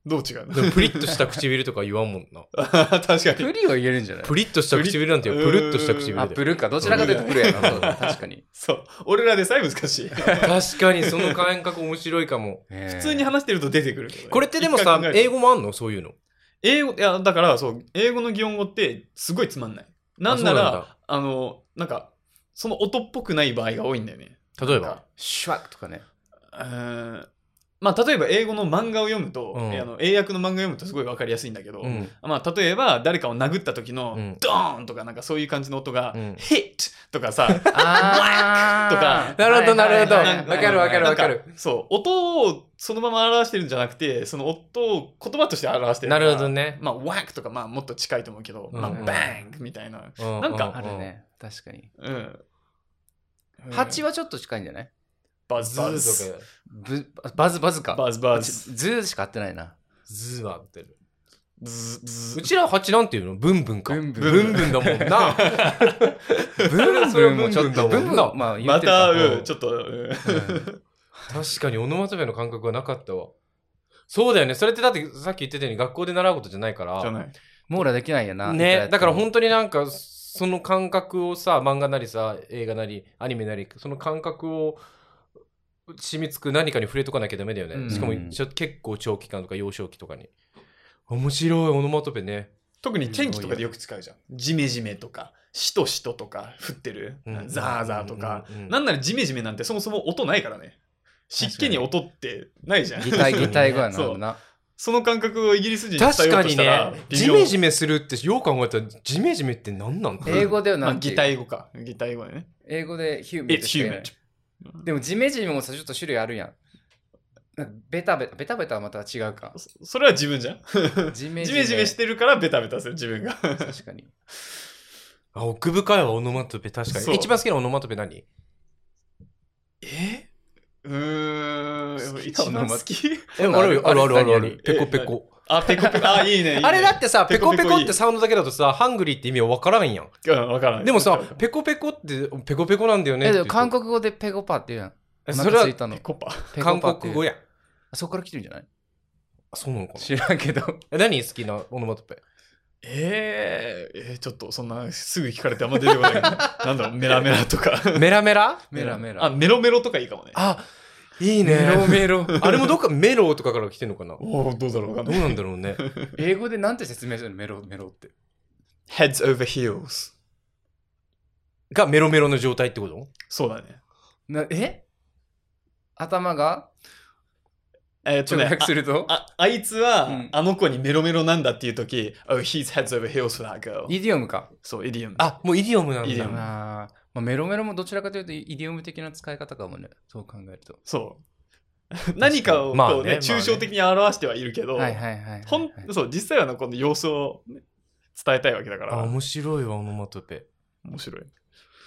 Speaker 3: どう違うの
Speaker 4: でもプリッとした唇とか言わんもん
Speaker 2: *laughs*
Speaker 4: な。
Speaker 3: *laughs* 確かに。
Speaker 2: プリは言えるんじゃない
Speaker 4: プリッとした唇なんてよプルッとした唇だ
Speaker 2: あ
Speaker 4: よ
Speaker 2: プ。ルかどちらかというとプルやな
Speaker 4: う
Speaker 2: そ
Speaker 4: ん
Speaker 2: うだ確か
Speaker 3: *laughs*
Speaker 2: に、
Speaker 3: そう。俺らでさえ難しい。普
Speaker 4: 確かにその感覚面白い
Speaker 2: *laughs*
Speaker 4: かも。
Speaker 2: 普
Speaker 3: 通に話してると出てくるけどね、
Speaker 4: これってでもさ
Speaker 3: 一回考え、ると
Speaker 4: 英語もあんのそういうの。
Speaker 3: 英語いやだからそう英語の擬音語ってすごいつまんないなんな
Speaker 4: あ
Speaker 3: ら
Speaker 4: そう
Speaker 3: あ
Speaker 4: なんだ
Speaker 3: のなんかその音っぽくない場合が多いんだよね
Speaker 4: 例え
Speaker 3: なん
Speaker 4: ば
Speaker 3: か。
Speaker 2: シュワッとかね
Speaker 3: うーんまあ例えば英語の漫画を読むと、
Speaker 4: うん
Speaker 3: えあの英訳の漫画を読むとすごい分かりやすいんだけど、
Speaker 4: うん。
Speaker 3: まあ、例えば誰かを殴った時の、
Speaker 4: うん
Speaker 3: ドーンとかなんかそういう感じの音が「
Speaker 4: うん
Speaker 3: hit」とかさ
Speaker 2: あ
Speaker 3: ー
Speaker 2: ー
Speaker 4: なるほどなるほど
Speaker 2: はいはいはいはい
Speaker 4: わかるわかるわかる
Speaker 3: なんそう音をそのまま表してるんじゃなくてその音を言葉として表してる
Speaker 4: な
Speaker 3: から
Speaker 4: るほどね。
Speaker 3: まあワークとかまあもっと近いと思うけど、まあ
Speaker 4: うんうん
Speaker 3: バンクみたいな
Speaker 4: う
Speaker 3: なんか
Speaker 2: ある。ね確かに
Speaker 3: うん
Speaker 2: 蜂
Speaker 3: は
Speaker 2: はちょっと近いんじゃない
Speaker 3: バズ
Speaker 4: ズ
Speaker 3: バ
Speaker 4: ー
Speaker 3: ズ
Speaker 4: とか。
Speaker 2: ブバズバズか
Speaker 3: バズバズ
Speaker 2: ズーしか合ってないな
Speaker 4: ズーは合ってる。
Speaker 3: ズズ
Speaker 4: うちら蜂なんていうのブンブンか。
Speaker 2: ブンブン
Speaker 4: ブンブンだもん
Speaker 3: *laughs*
Speaker 4: な。
Speaker 2: ブンブンもちょっ
Speaker 4: ブ
Speaker 2: とブ
Speaker 4: ンブ
Speaker 2: ンブ
Speaker 4: ン
Speaker 2: ン
Speaker 4: だ
Speaker 2: まあ言
Speaker 3: ま
Speaker 2: ってるか
Speaker 3: た、
Speaker 4: うん
Speaker 3: うん、ちょっと、うん
Speaker 4: 確かにオノマトペの感覚はなかったわ。そうだよね。それってだってさっき言ってたように学校で習うことじゃないか
Speaker 3: じゃ
Speaker 4: ら。
Speaker 3: ない。
Speaker 2: 網羅できないよな
Speaker 4: ね。だから
Speaker 2: ん
Speaker 4: 本当になんかその感覚をさ、漫画なりさ、映画なり、アニメなり、その感覚を染みつく何かに触れとかなきゃダメだよね。
Speaker 3: うん
Speaker 4: しかもちょ結構長期間とか幼少期とかに。面白いオノマトペね。
Speaker 3: 特に天気とかでよく使うじゃん。ジメジメとか、しとしととか、降ってる、
Speaker 4: うん
Speaker 3: ザーザーとか、
Speaker 4: うんうんうん
Speaker 3: なんならジメジメなんてそもそも音ないからね。湿気に音ってないじゃん。
Speaker 2: 擬態擬態語や
Speaker 3: そう
Speaker 2: な
Speaker 3: *laughs* その感覚をイギリス人に伝
Speaker 4: 確
Speaker 3: えよ
Speaker 4: か
Speaker 3: うと
Speaker 4: に
Speaker 3: したら
Speaker 4: ね、、
Speaker 3: 微
Speaker 4: ジ
Speaker 3: 妙
Speaker 4: メジメするってよう考えたら、ジメジメって何なんだ
Speaker 2: 英語では
Speaker 3: ま
Speaker 2: な
Speaker 3: あ、
Speaker 2: んて
Speaker 3: 擬
Speaker 2: いう
Speaker 3: 態語か。擬態語でね。
Speaker 2: 英語でヒューメン
Speaker 3: It's
Speaker 2: トして
Speaker 3: human.
Speaker 2: でもジメジメもさちょっと種類あるやんベタベタベタベタはまた違うか
Speaker 3: そそれは自分じゃん。
Speaker 2: ジメ
Speaker 3: ジメジメしてるからベタベタする自分が。
Speaker 2: 確かに
Speaker 4: あ奥深いわ、オノマトペ、確か
Speaker 3: そ
Speaker 4: に。
Speaker 3: う
Speaker 4: 一番好きなオノマトペ何
Speaker 3: えうーん。
Speaker 2: 好き
Speaker 3: 一
Speaker 2: なの
Speaker 3: 番好き
Speaker 4: え、
Speaker 2: ある
Speaker 4: あるあるあるあるある
Speaker 2: ある。
Speaker 4: ペコペコ。
Speaker 3: あ、ペコペコ。あ、いいね。いいね
Speaker 4: あれだってさ、
Speaker 3: ペ
Speaker 4: ペ
Speaker 3: コ
Speaker 4: コ
Speaker 3: ペ
Speaker 4: ペ
Speaker 3: コ
Speaker 4: コ
Speaker 3: いい
Speaker 4: ってサウンドだけだとさ、ハングリーって意味は分からんやん。
Speaker 3: うんわからない。
Speaker 4: でもさ *laughs*
Speaker 3: わから、ない
Speaker 4: ペコペコってペコペコなんだよね
Speaker 2: え
Speaker 4: って
Speaker 2: で
Speaker 4: 言う
Speaker 2: も
Speaker 4: と。
Speaker 2: 韓国語でペコパって言うやん。
Speaker 4: え
Speaker 2: お
Speaker 4: それ
Speaker 2: 腹
Speaker 4: は
Speaker 2: ついたの
Speaker 3: ペ。コパ。
Speaker 2: ペコ
Speaker 4: 韓
Speaker 2: パって
Speaker 4: 国語やん。
Speaker 2: あそこから来てるんじゃない
Speaker 4: あそうなのかな
Speaker 2: 知らんけど。
Speaker 4: え何好きなオノマトペ。
Speaker 3: えー、えー、ちょっとそんなすぐ聞かれてあんま出てこないけど。なんだろう、メラメラとか。
Speaker 4: メラメラ
Speaker 2: メラメラ。
Speaker 3: あ、メロメロとかいいかもね。
Speaker 4: あ、いいね。
Speaker 2: メロメロ。
Speaker 4: あれもどっかメロとかから来てんのかなど
Speaker 3: おおどうだろうわかん
Speaker 4: う
Speaker 3: ない。
Speaker 4: なんだろうね。
Speaker 2: 英語でなんて説明するのメロメロって。
Speaker 3: heads over heels。
Speaker 4: がメロメロの状態ってこと
Speaker 3: そうだね。
Speaker 2: なえ頭が
Speaker 3: えーっと
Speaker 2: 直
Speaker 3: ね
Speaker 2: 訳、すると
Speaker 3: あああいつは、
Speaker 2: うん
Speaker 3: あの子にメロメロなんだっていう時、oh, he's heads over heels for that girl。
Speaker 2: イディオムか。
Speaker 3: そう、イディオム。
Speaker 4: あ、もうイディオムなん
Speaker 3: イディ
Speaker 4: だ
Speaker 3: オム。
Speaker 2: あーまあ、メロメロもどちらかというとイディオム的な使い方かもね。そう考えると。
Speaker 3: そう。何かをこう、ね
Speaker 4: まあねまあね
Speaker 3: 抽象的に表してはいるけど、
Speaker 2: はいはいはいはいはい。
Speaker 3: ほんそう実際はなこの様子をね、伝えたいわけだか
Speaker 4: あ、
Speaker 3: ら、
Speaker 4: 面白いわ、オノマトペ。
Speaker 3: 面白い。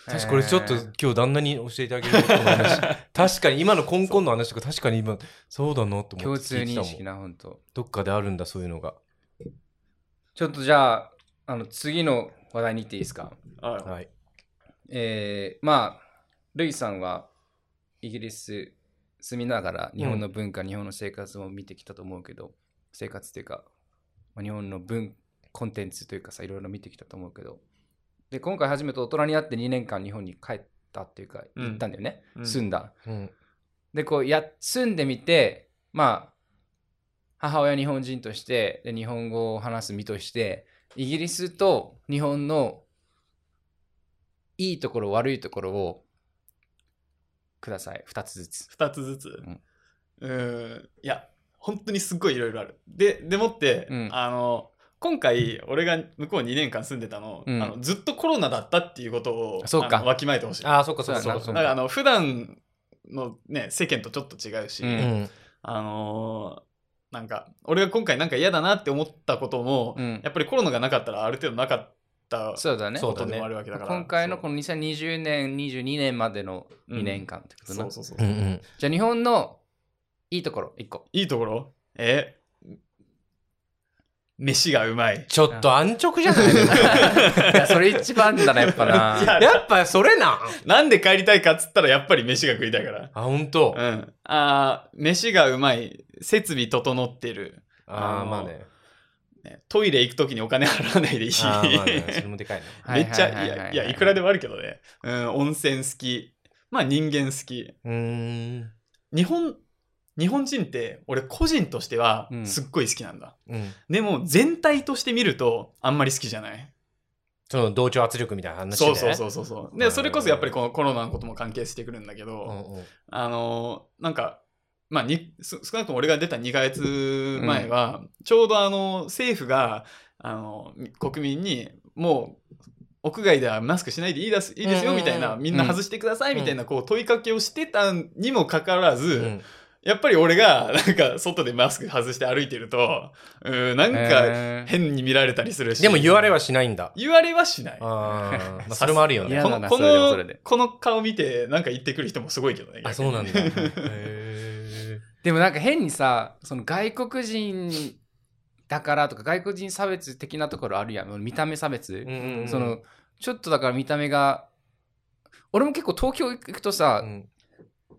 Speaker 4: 確かにこれちょっと
Speaker 2: えー
Speaker 4: 今日旦那に教えてあげることの話確かに今のコンコンの話とか確かに今そうだなと思
Speaker 2: 共
Speaker 4: って
Speaker 2: 通
Speaker 4: 聞いてた
Speaker 2: 認
Speaker 4: も
Speaker 2: 識
Speaker 4: ん
Speaker 2: な、本当
Speaker 4: どっかであるんだそういうのが
Speaker 2: ちょっとじゃあ、あの次の話題に行っていいですか。
Speaker 3: あ
Speaker 4: はい
Speaker 2: えーまあルイさんはイギリス住みながら日本の文化、日本の生活を見てきたと思うけど生活っていうか、まあ、日本の文コンテンツというかさいろいろ見てきたと思うけどで今回初めて大人になって2年間日本に帰ったっていうか
Speaker 3: うん
Speaker 2: 行ったんだよね、
Speaker 3: うん
Speaker 2: 住んだ
Speaker 4: うん
Speaker 2: でこうや住んでみてまあ母親日本人としてで日本語を話す身としてイギリスと日本のいいところ悪いところをください2つずつ
Speaker 3: 2つずつ。
Speaker 2: ん
Speaker 3: うーん、いや、本当にすっごいいろいろある。で、でもって、
Speaker 2: うん
Speaker 3: あの、今回、俺が向こう2年間住んでたの,、
Speaker 2: うん
Speaker 3: あのずっとコロナだったっていうことを
Speaker 2: そうか
Speaker 3: あのわきまえてほしい。
Speaker 4: ああそっかそっかそっか
Speaker 2: そ
Speaker 4: そうっ
Speaker 2: だ
Speaker 3: だからあ
Speaker 4: か
Speaker 3: の普段のね世間とちょっと違うし、
Speaker 2: うん
Speaker 4: うん
Speaker 3: あのーなんか俺が今回なんか嫌だなって思ったことも、
Speaker 2: うん
Speaker 3: やっぱりコロナがなかったらある程度なかった
Speaker 2: そうだね
Speaker 4: そ
Speaker 3: こ
Speaker 4: うだ
Speaker 3: と
Speaker 4: ね
Speaker 3: でもあるわけだから
Speaker 2: 今回のこ
Speaker 3: の
Speaker 2: の2020年22年までの2年間ってことな、
Speaker 3: そうそうそう、
Speaker 4: うんうん
Speaker 2: じゃあ日本のいいところ1個
Speaker 3: *laughs* いいところえ飯がうまい
Speaker 4: ちょっと安直じゃない
Speaker 2: いやそれ一番だなやっぱな
Speaker 3: いや
Speaker 4: やっぱそれなん
Speaker 3: なんで帰りたいかっつったらやっぱり飯が食いたいから
Speaker 4: あ本当
Speaker 3: うんあー飯がうまい設備整ってる、
Speaker 4: あ
Speaker 3: あ
Speaker 4: あ
Speaker 3: の
Speaker 4: まあね
Speaker 3: ねトイレ行く時にお金払わないでいい
Speaker 4: あーまあねそれもでかいね
Speaker 2: はい
Speaker 3: めっちゃ、
Speaker 2: はいはは
Speaker 3: や、
Speaker 2: はい
Speaker 3: や、いくらでもあるけどね。うん、温泉好き。まあ人間好き。
Speaker 4: うーん
Speaker 3: 日本、日本人って、俺個人としては
Speaker 2: うん
Speaker 3: すっごい好きなんだ。
Speaker 4: うん
Speaker 3: でも全体として見ると、あんまり好きじゃない。
Speaker 4: その同調圧力みたいな話
Speaker 3: そうそう
Speaker 4: う
Speaker 3: そうそうそう。で、それこそやっぱりこのコロナのことも関係してくるんだけど、
Speaker 4: んうん
Speaker 3: あのーなんか、まあ、にす少なくとも俺が出た2ヶ月前は、ちょうどあの政府があのみ国民にもう屋外ではマスクしないでいいですいいですよ
Speaker 4: うんうんう
Speaker 3: み
Speaker 4: ん
Speaker 3: たいな、みんな外してくださいみたいなこう問いかけをしてたにもかかわらず、
Speaker 4: うん
Speaker 3: やっぱり俺がなんか外でマスク外して歩いてるとうんなんか
Speaker 2: えー
Speaker 3: 変に見られたりするし
Speaker 4: でも言われはしないんだ
Speaker 3: 言われはしない。
Speaker 4: あーまあそれもあるよね
Speaker 2: いや
Speaker 3: こ
Speaker 2: 嫌だ
Speaker 3: の
Speaker 2: な
Speaker 3: こ
Speaker 2: それはそれ
Speaker 3: の
Speaker 2: で
Speaker 3: この顔見てなんか言ってくる人もすごいけどね。逆に
Speaker 4: あそうなんだへ
Speaker 2: でもなんか変にさその外国人だからとか外国人差別的なところあるやん見た目差別、
Speaker 4: え
Speaker 2: そのちょっとだから見た目が俺も結構東京行くとさ、
Speaker 4: うん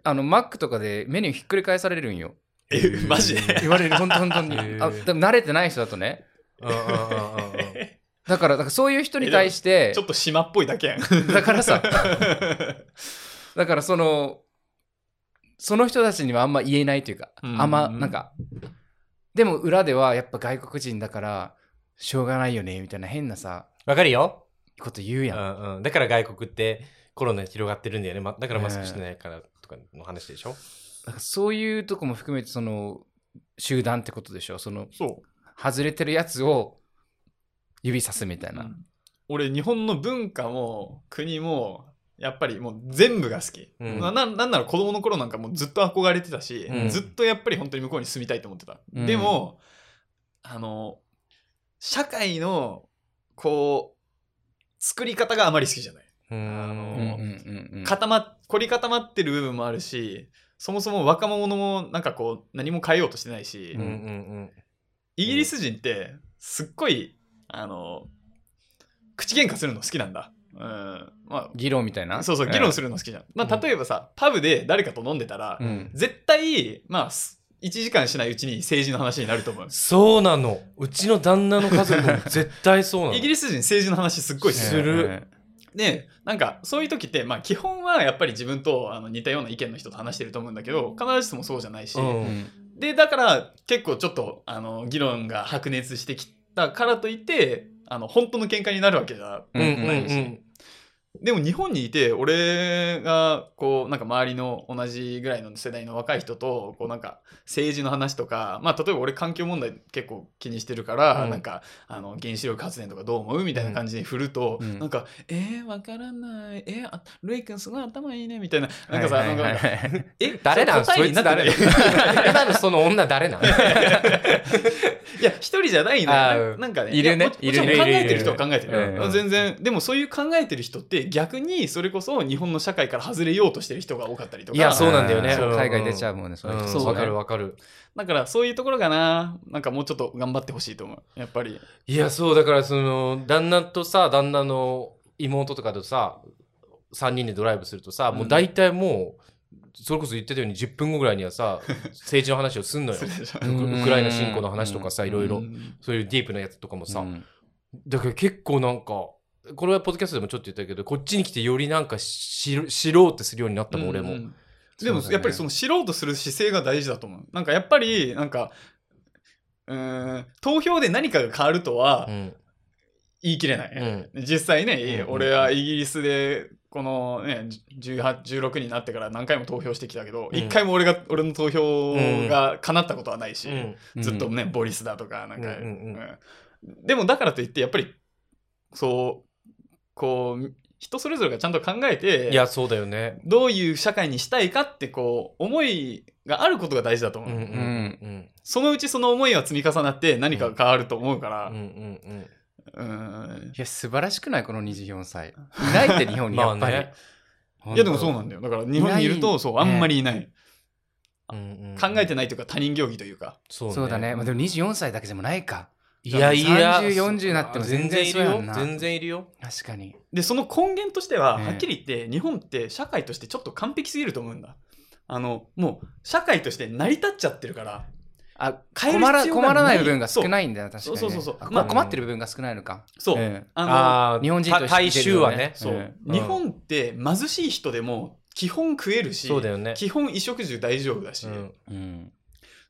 Speaker 2: あのマックとかでメニューひっくり返されるんよ
Speaker 3: *laughs* え、マジで *laughs*
Speaker 2: 言われる本当本当に
Speaker 4: へー
Speaker 2: あでも慣れてない人だとね
Speaker 4: ああああああ
Speaker 2: だからだからそういう人に対して
Speaker 3: ちょっと島っぽいだけやん。
Speaker 2: だから
Speaker 3: *laughs*
Speaker 2: さ
Speaker 3: う
Speaker 2: だからそのその人たちにはあんま言えないというか、
Speaker 3: うん
Speaker 2: あんまなんかでも裏ではやっぱ外国人だからしょうがないよねみたいな変なさ
Speaker 4: *laughs* わかるよ、
Speaker 2: こと言う
Speaker 4: う
Speaker 2: やん、
Speaker 4: んうん、だから外国ってコロナ広がってるんだよね、ま、だからマスクしてないからとかの話でしょ、
Speaker 2: だからそういうとこも含めてその集団ってことでしょその
Speaker 3: そう。
Speaker 2: 外れてるやつを指さすみたいな、
Speaker 3: 俺、日本の文化も国も、やっぱりもう全部が好き。
Speaker 4: うん
Speaker 3: なななんなら子供の頃なんかもうずっと憧れてたし、
Speaker 4: うん
Speaker 3: ずっとやっぱり本当に向こうに住みたいと思ってた。
Speaker 2: うん
Speaker 3: でも、あの、社会の、こう、作り方があまり好きじゃない。
Speaker 4: うーん、
Speaker 3: あの
Speaker 2: うんうんうんうん
Speaker 3: 固まっ凝り固まってる部分もあるし、そもそも若者もなんかこう、何も変えようとしてないし、
Speaker 4: うんうんうん
Speaker 3: イギリス人ってすっごいあの口喧嘩するの好きなんだ。うんま
Speaker 2: 議論みたいな
Speaker 3: あ、そうそう議論するの好きじゃん。まあ、例えばさ、パブで誰かと飲んでたら、
Speaker 2: るうん
Speaker 3: 絶対、まあ、す1時間しないうちに政治の話になると思う。
Speaker 4: そうなのうちの旦那の家族も絶対そうなの
Speaker 3: イギリス人政治の話すっごいす
Speaker 4: す
Speaker 3: る。
Speaker 4: る、
Speaker 3: で、なんかそういう時って、まあ基本はやっぱり自分とあの似たような意見の人と話してると思うんだけど、必ずしもそうじゃないし、
Speaker 4: うん
Speaker 2: うん
Speaker 3: で、だから結構ちょっとあの議論が白熱してきたからといって、あの本当の喧嘩になるわけじゃ
Speaker 4: うんうんう
Speaker 3: ないし、
Speaker 4: ん *laughs*
Speaker 3: でも日本にいて俺がこうなんか周りの同じぐらいの世代の若い人とこうなんか政治の話とか、まあ、例えば俺環境問題結構気にしてるから、
Speaker 4: うん
Speaker 3: なんかあの原子力発電とかどう思うみたいな感じに振ると、
Speaker 2: うん
Speaker 3: なんか「えー、わからないえー、あルイ君すごい頭いいね」みたいななんかさ、
Speaker 1: はいはい
Speaker 3: なんか
Speaker 1: はいはい
Speaker 3: え
Speaker 4: 誰なん
Speaker 3: 答
Speaker 4: そ
Speaker 3: え
Speaker 4: い
Speaker 3: に
Speaker 4: つ
Speaker 3: なって
Speaker 4: 誰
Speaker 3: な
Speaker 4: なんただのその女誰なん
Speaker 3: いや、一人じゃない
Speaker 4: あ
Speaker 3: な。
Speaker 4: ー
Speaker 3: なんかね、
Speaker 1: いるね
Speaker 3: やもちもちろん
Speaker 1: いるね
Speaker 3: 考えてる人は考えてる
Speaker 1: いるね
Speaker 3: よ。全然、でもそういう考えてる人って逆にそれこそ日本の社会から外れようとしてる人が多かったりとか。
Speaker 4: いやそうなんだよね
Speaker 2: そう
Speaker 4: うん
Speaker 2: 海外出ちゃうもんね、そういう人
Speaker 4: う
Speaker 3: そ
Speaker 4: んわ
Speaker 3: うね
Speaker 4: かるわかる
Speaker 3: だからそういうところがな、なんかもうちょっと頑張ってほしいと思う。やっぱり。
Speaker 4: いやそうだからその旦那とさ旦那の妹とかとさ3人でドライブするとさ、もう大体もうそれこそ言ってたように10分後ぐらいにはさ政治の話をすんのよ
Speaker 3: それでしょ
Speaker 4: ウクウクライナ侵攻の話とかさいろいうろ
Speaker 3: ん
Speaker 4: そういうディープなやつとかもさ、
Speaker 2: うん
Speaker 4: だから結構なんかこれはポッドキャストでもちょっと言ったけどこっちに来てよりなんか知る知ろうってするようになったもん俺も、
Speaker 3: うんうんでも
Speaker 2: そうだね
Speaker 3: やっぱりその知ろうとする姿勢が大事だと思う。なんかやっぱり、なんか、うーん、投票で何かが変わるとは
Speaker 4: うん
Speaker 3: 言い切れない。
Speaker 4: うん
Speaker 3: 実際ね、
Speaker 4: うんうん
Speaker 3: 俺はイギリスでこのね18 16になってから何回も投票してきたけど
Speaker 4: うん
Speaker 3: 一、回も俺が俺の投票が叶ったことはないし、
Speaker 4: うん
Speaker 3: ずっとね、ボリスだとかなんか、
Speaker 4: うんうん
Speaker 3: うんでもだからといってやっぱりそうこう人それぞれがちゃんと考えて
Speaker 4: いやそうだよね
Speaker 3: どういう社会にしたいかってこう思いがあることが大事だと
Speaker 4: う
Speaker 3: 思
Speaker 4: ん
Speaker 3: う、
Speaker 4: うんうん
Speaker 3: そのうちその思いは積み重なって何かが変わると思うか
Speaker 4: う
Speaker 3: ら、
Speaker 4: んうん
Speaker 3: うん
Speaker 2: いや素晴らしくないこの24歳いないって日本
Speaker 3: *laughs*
Speaker 2: に
Speaker 4: ま
Speaker 2: や
Speaker 4: あ
Speaker 2: っぱり、
Speaker 4: ね
Speaker 3: いやでもそうなんんだよだから日本にいる
Speaker 2: いな
Speaker 3: と
Speaker 2: い
Speaker 3: そうあんまりいない、考えて
Speaker 4: ない
Speaker 3: ないというか他人行儀というか
Speaker 4: そうね
Speaker 2: そうだね、まあ、でも24歳だけでもないか
Speaker 4: いやいや
Speaker 2: 30-40になっても全然
Speaker 4: い
Speaker 2: そ
Speaker 4: る
Speaker 2: うや
Speaker 4: よ
Speaker 2: んな
Speaker 4: 全然いるよ
Speaker 2: 確かに
Speaker 3: でその根源としては、
Speaker 2: ええ
Speaker 3: はっきり言って日本って社会としてちょっと完璧すぎると思うんだあのもう社会として成り立っちゃってるから
Speaker 2: あ
Speaker 3: 変える
Speaker 2: 困ら
Speaker 3: 必要が
Speaker 2: 困らない部分が少
Speaker 3: い
Speaker 2: ないんだよ確かに、ね、
Speaker 3: そうそうそうそう
Speaker 2: あ
Speaker 3: まあ
Speaker 2: 困ってる部分が少ないのか
Speaker 3: そうそう、
Speaker 2: ええ
Speaker 3: あの
Speaker 4: あー
Speaker 2: 日本人として
Speaker 4: た大衆はね
Speaker 3: そう、
Speaker 2: え
Speaker 4: え
Speaker 3: 日本って貧しい人でも基本食えるし
Speaker 4: そうだよね
Speaker 3: 基本衣食住大丈夫だし、
Speaker 4: うん
Speaker 2: うん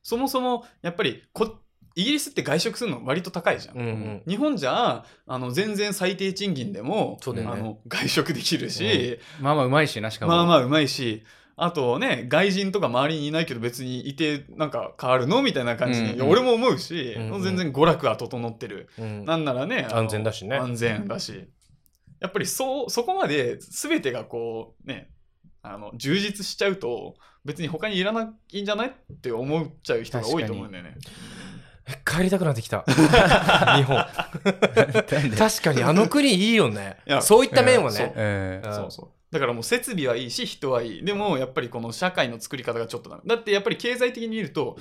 Speaker 3: そもそもやっぱりこイギリスって外食するの割と高いじゃん、
Speaker 4: うんうん
Speaker 3: 日本じゃあの全然最低賃金でも、
Speaker 4: そうだよ
Speaker 3: あ
Speaker 4: ね
Speaker 3: の外食できるし、
Speaker 2: まあまあうまいしなしかも
Speaker 3: まあま
Speaker 2: あ
Speaker 3: あうまいしあとね外人とか周りにいないけど別にいてなんか変わるのみたいな感じに、
Speaker 2: うん
Speaker 3: いや俺も思うし、
Speaker 4: うんうん
Speaker 3: 全然娯楽は整ってる、
Speaker 4: うん
Speaker 3: なんならねあの
Speaker 4: 安全だしね
Speaker 3: 安全だしやっぱりそうそこまで全てがこうねあの充実しちゃうと別に他にいらないんじゃないって思っちゃう人が多いと思うんだよね。
Speaker 4: 帰りたくなってきた
Speaker 3: *laughs*
Speaker 4: 日本
Speaker 2: *laughs*
Speaker 4: 確かにあの国いいよね
Speaker 3: いや
Speaker 4: そういった面は
Speaker 3: そう
Speaker 4: ね
Speaker 2: ええ
Speaker 4: うん
Speaker 3: そうそうだからもう設備はいいし人はいいでもやっぱりこの社会の作り方がちょっとダメだってやっぱり経済的に見ると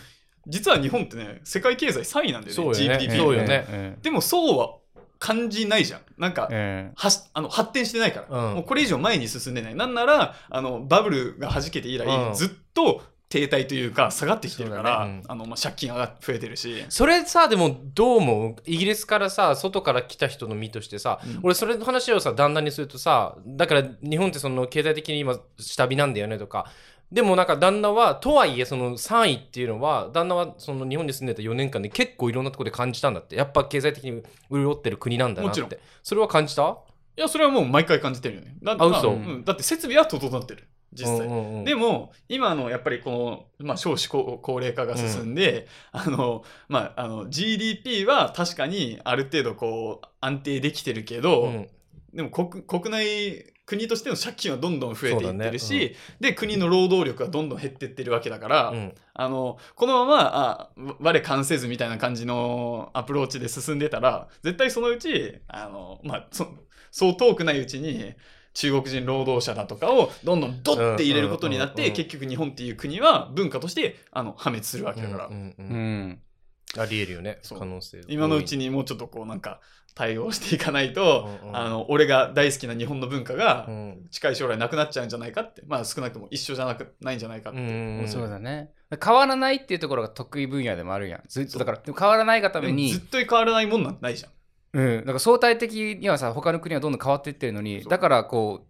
Speaker 3: 実は日本ってね世界経済3位なんだよね
Speaker 4: そうよね
Speaker 3: *laughs* GDP
Speaker 4: そうよね
Speaker 2: え
Speaker 3: でもそうは感じないじゃんなんか
Speaker 2: ええ
Speaker 3: はしあの発展してないから、
Speaker 4: うん
Speaker 3: もうこれ以上前に進んでないなんならあのバブルが弾けて以来、
Speaker 4: うん
Speaker 3: ずっと停滞というか下がってきてるから、
Speaker 4: そうだねうん
Speaker 3: あのまあ、借金上が増えてるし、
Speaker 4: それさでもどう思うイギリスからさ外から来た人の身としてさ、
Speaker 3: うん
Speaker 4: 俺それの話をさ旦那にするとさだから日本ってその経済的に今下火なんだよねとかでもなんか旦那はとはいえその3位っていうのは旦那はその日本に住んでた4年間で結構いろんなところで感じたんだってやっぱ経済的に潤ってる国なんだなっ
Speaker 3: もち
Speaker 4: てそれは感じた
Speaker 3: いやそれはもう毎回感じてるよねだ,ま
Speaker 4: あ
Speaker 3: あ、
Speaker 4: 嘘
Speaker 3: うんだって設備は整ってる実際、
Speaker 4: うんうんうん
Speaker 3: でも今のやっぱりこの、まあ、少子高高齢化が進んで、あのまあ、あの GDP は確かにある程度こう安定できてるけど、
Speaker 4: うん
Speaker 3: でも国国内国としての借金はどんどん増えていってる
Speaker 4: そうだ
Speaker 3: し、で国の労働力はどんどん減っていってるわけだから、
Speaker 4: うん
Speaker 3: あのこのままあわ我関せずみたいな感じのアプローチで進んでたら絶対そのうちあの、まあ、そそう遠くないうちに中国人労働者だとかをどんどんドッて入れることになっ
Speaker 4: うんうん
Speaker 3: て
Speaker 4: うんうん
Speaker 3: 結局日本っていう国は文化としてあの破滅するわけだから、
Speaker 4: うんうんう
Speaker 2: うんん
Speaker 4: ありえるよね
Speaker 3: そう
Speaker 4: 可能性
Speaker 3: 今のうちにもうちょっとこうなんか対応していかないと、
Speaker 4: うんうん
Speaker 3: あの俺が大好きな日本の文化が
Speaker 4: うん
Speaker 3: 近い将来なくなっちゃうんじゃないかってまあ少なくとも一緒じゃなくないんじゃないかって、
Speaker 4: うんうん
Speaker 2: そうだね変わらないっていうところが得意分野でもあるやんずっとだからでも変わらないがため
Speaker 3: でも
Speaker 2: に
Speaker 3: ずっと変わらないもんなんてないじゃん
Speaker 2: うん、だから相対的にはさ他の国はどんどん変わっていってるのに
Speaker 3: そう
Speaker 2: だからこ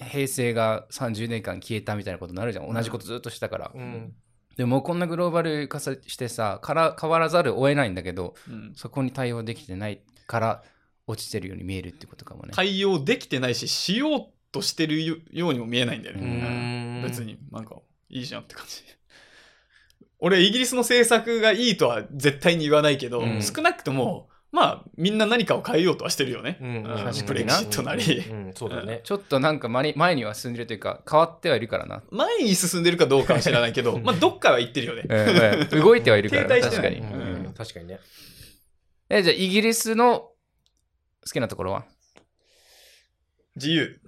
Speaker 2: う平成が30年間消えたみたいなことになるじゃん同じことずっとしてたから、
Speaker 4: うん
Speaker 2: でもこんなグローバル化さしてさから変わらざるを得ないんだけど
Speaker 3: うん
Speaker 2: そこに対応できてないから落ちてるように見えるってことかもね
Speaker 3: 対応できてないししようとしてるよようにも見えないんだよ
Speaker 4: う
Speaker 3: ね、
Speaker 4: ん
Speaker 3: 別になんかいいじゃんって感じ *laughs* 俺イギリスの政策がいいとは絶対に言わないけど、
Speaker 4: うん
Speaker 3: 少なくともまあみんな何かを変えようとはしてるよね、
Speaker 4: うん
Speaker 3: うん
Speaker 2: 確
Speaker 3: ブ
Speaker 2: か
Speaker 3: レ
Speaker 2: に
Speaker 3: グ
Speaker 2: な
Speaker 3: ジットなり、
Speaker 4: うんうんそうだよね
Speaker 2: ちょっとなんか前に前には進んでるというか変わってはいるからな、
Speaker 3: 前に進んでるかどうかは知らない
Speaker 4: *laughs*
Speaker 3: けど、まあ、どっかは行ってるよね。
Speaker 2: うん *laughs* 動いてはいるから
Speaker 3: 停滞し
Speaker 2: 確
Speaker 3: てな
Speaker 2: かに、
Speaker 3: い
Speaker 4: う
Speaker 3: うんん
Speaker 4: うん確かにね
Speaker 2: えじゃあイギリスの好きなところは
Speaker 3: 自由。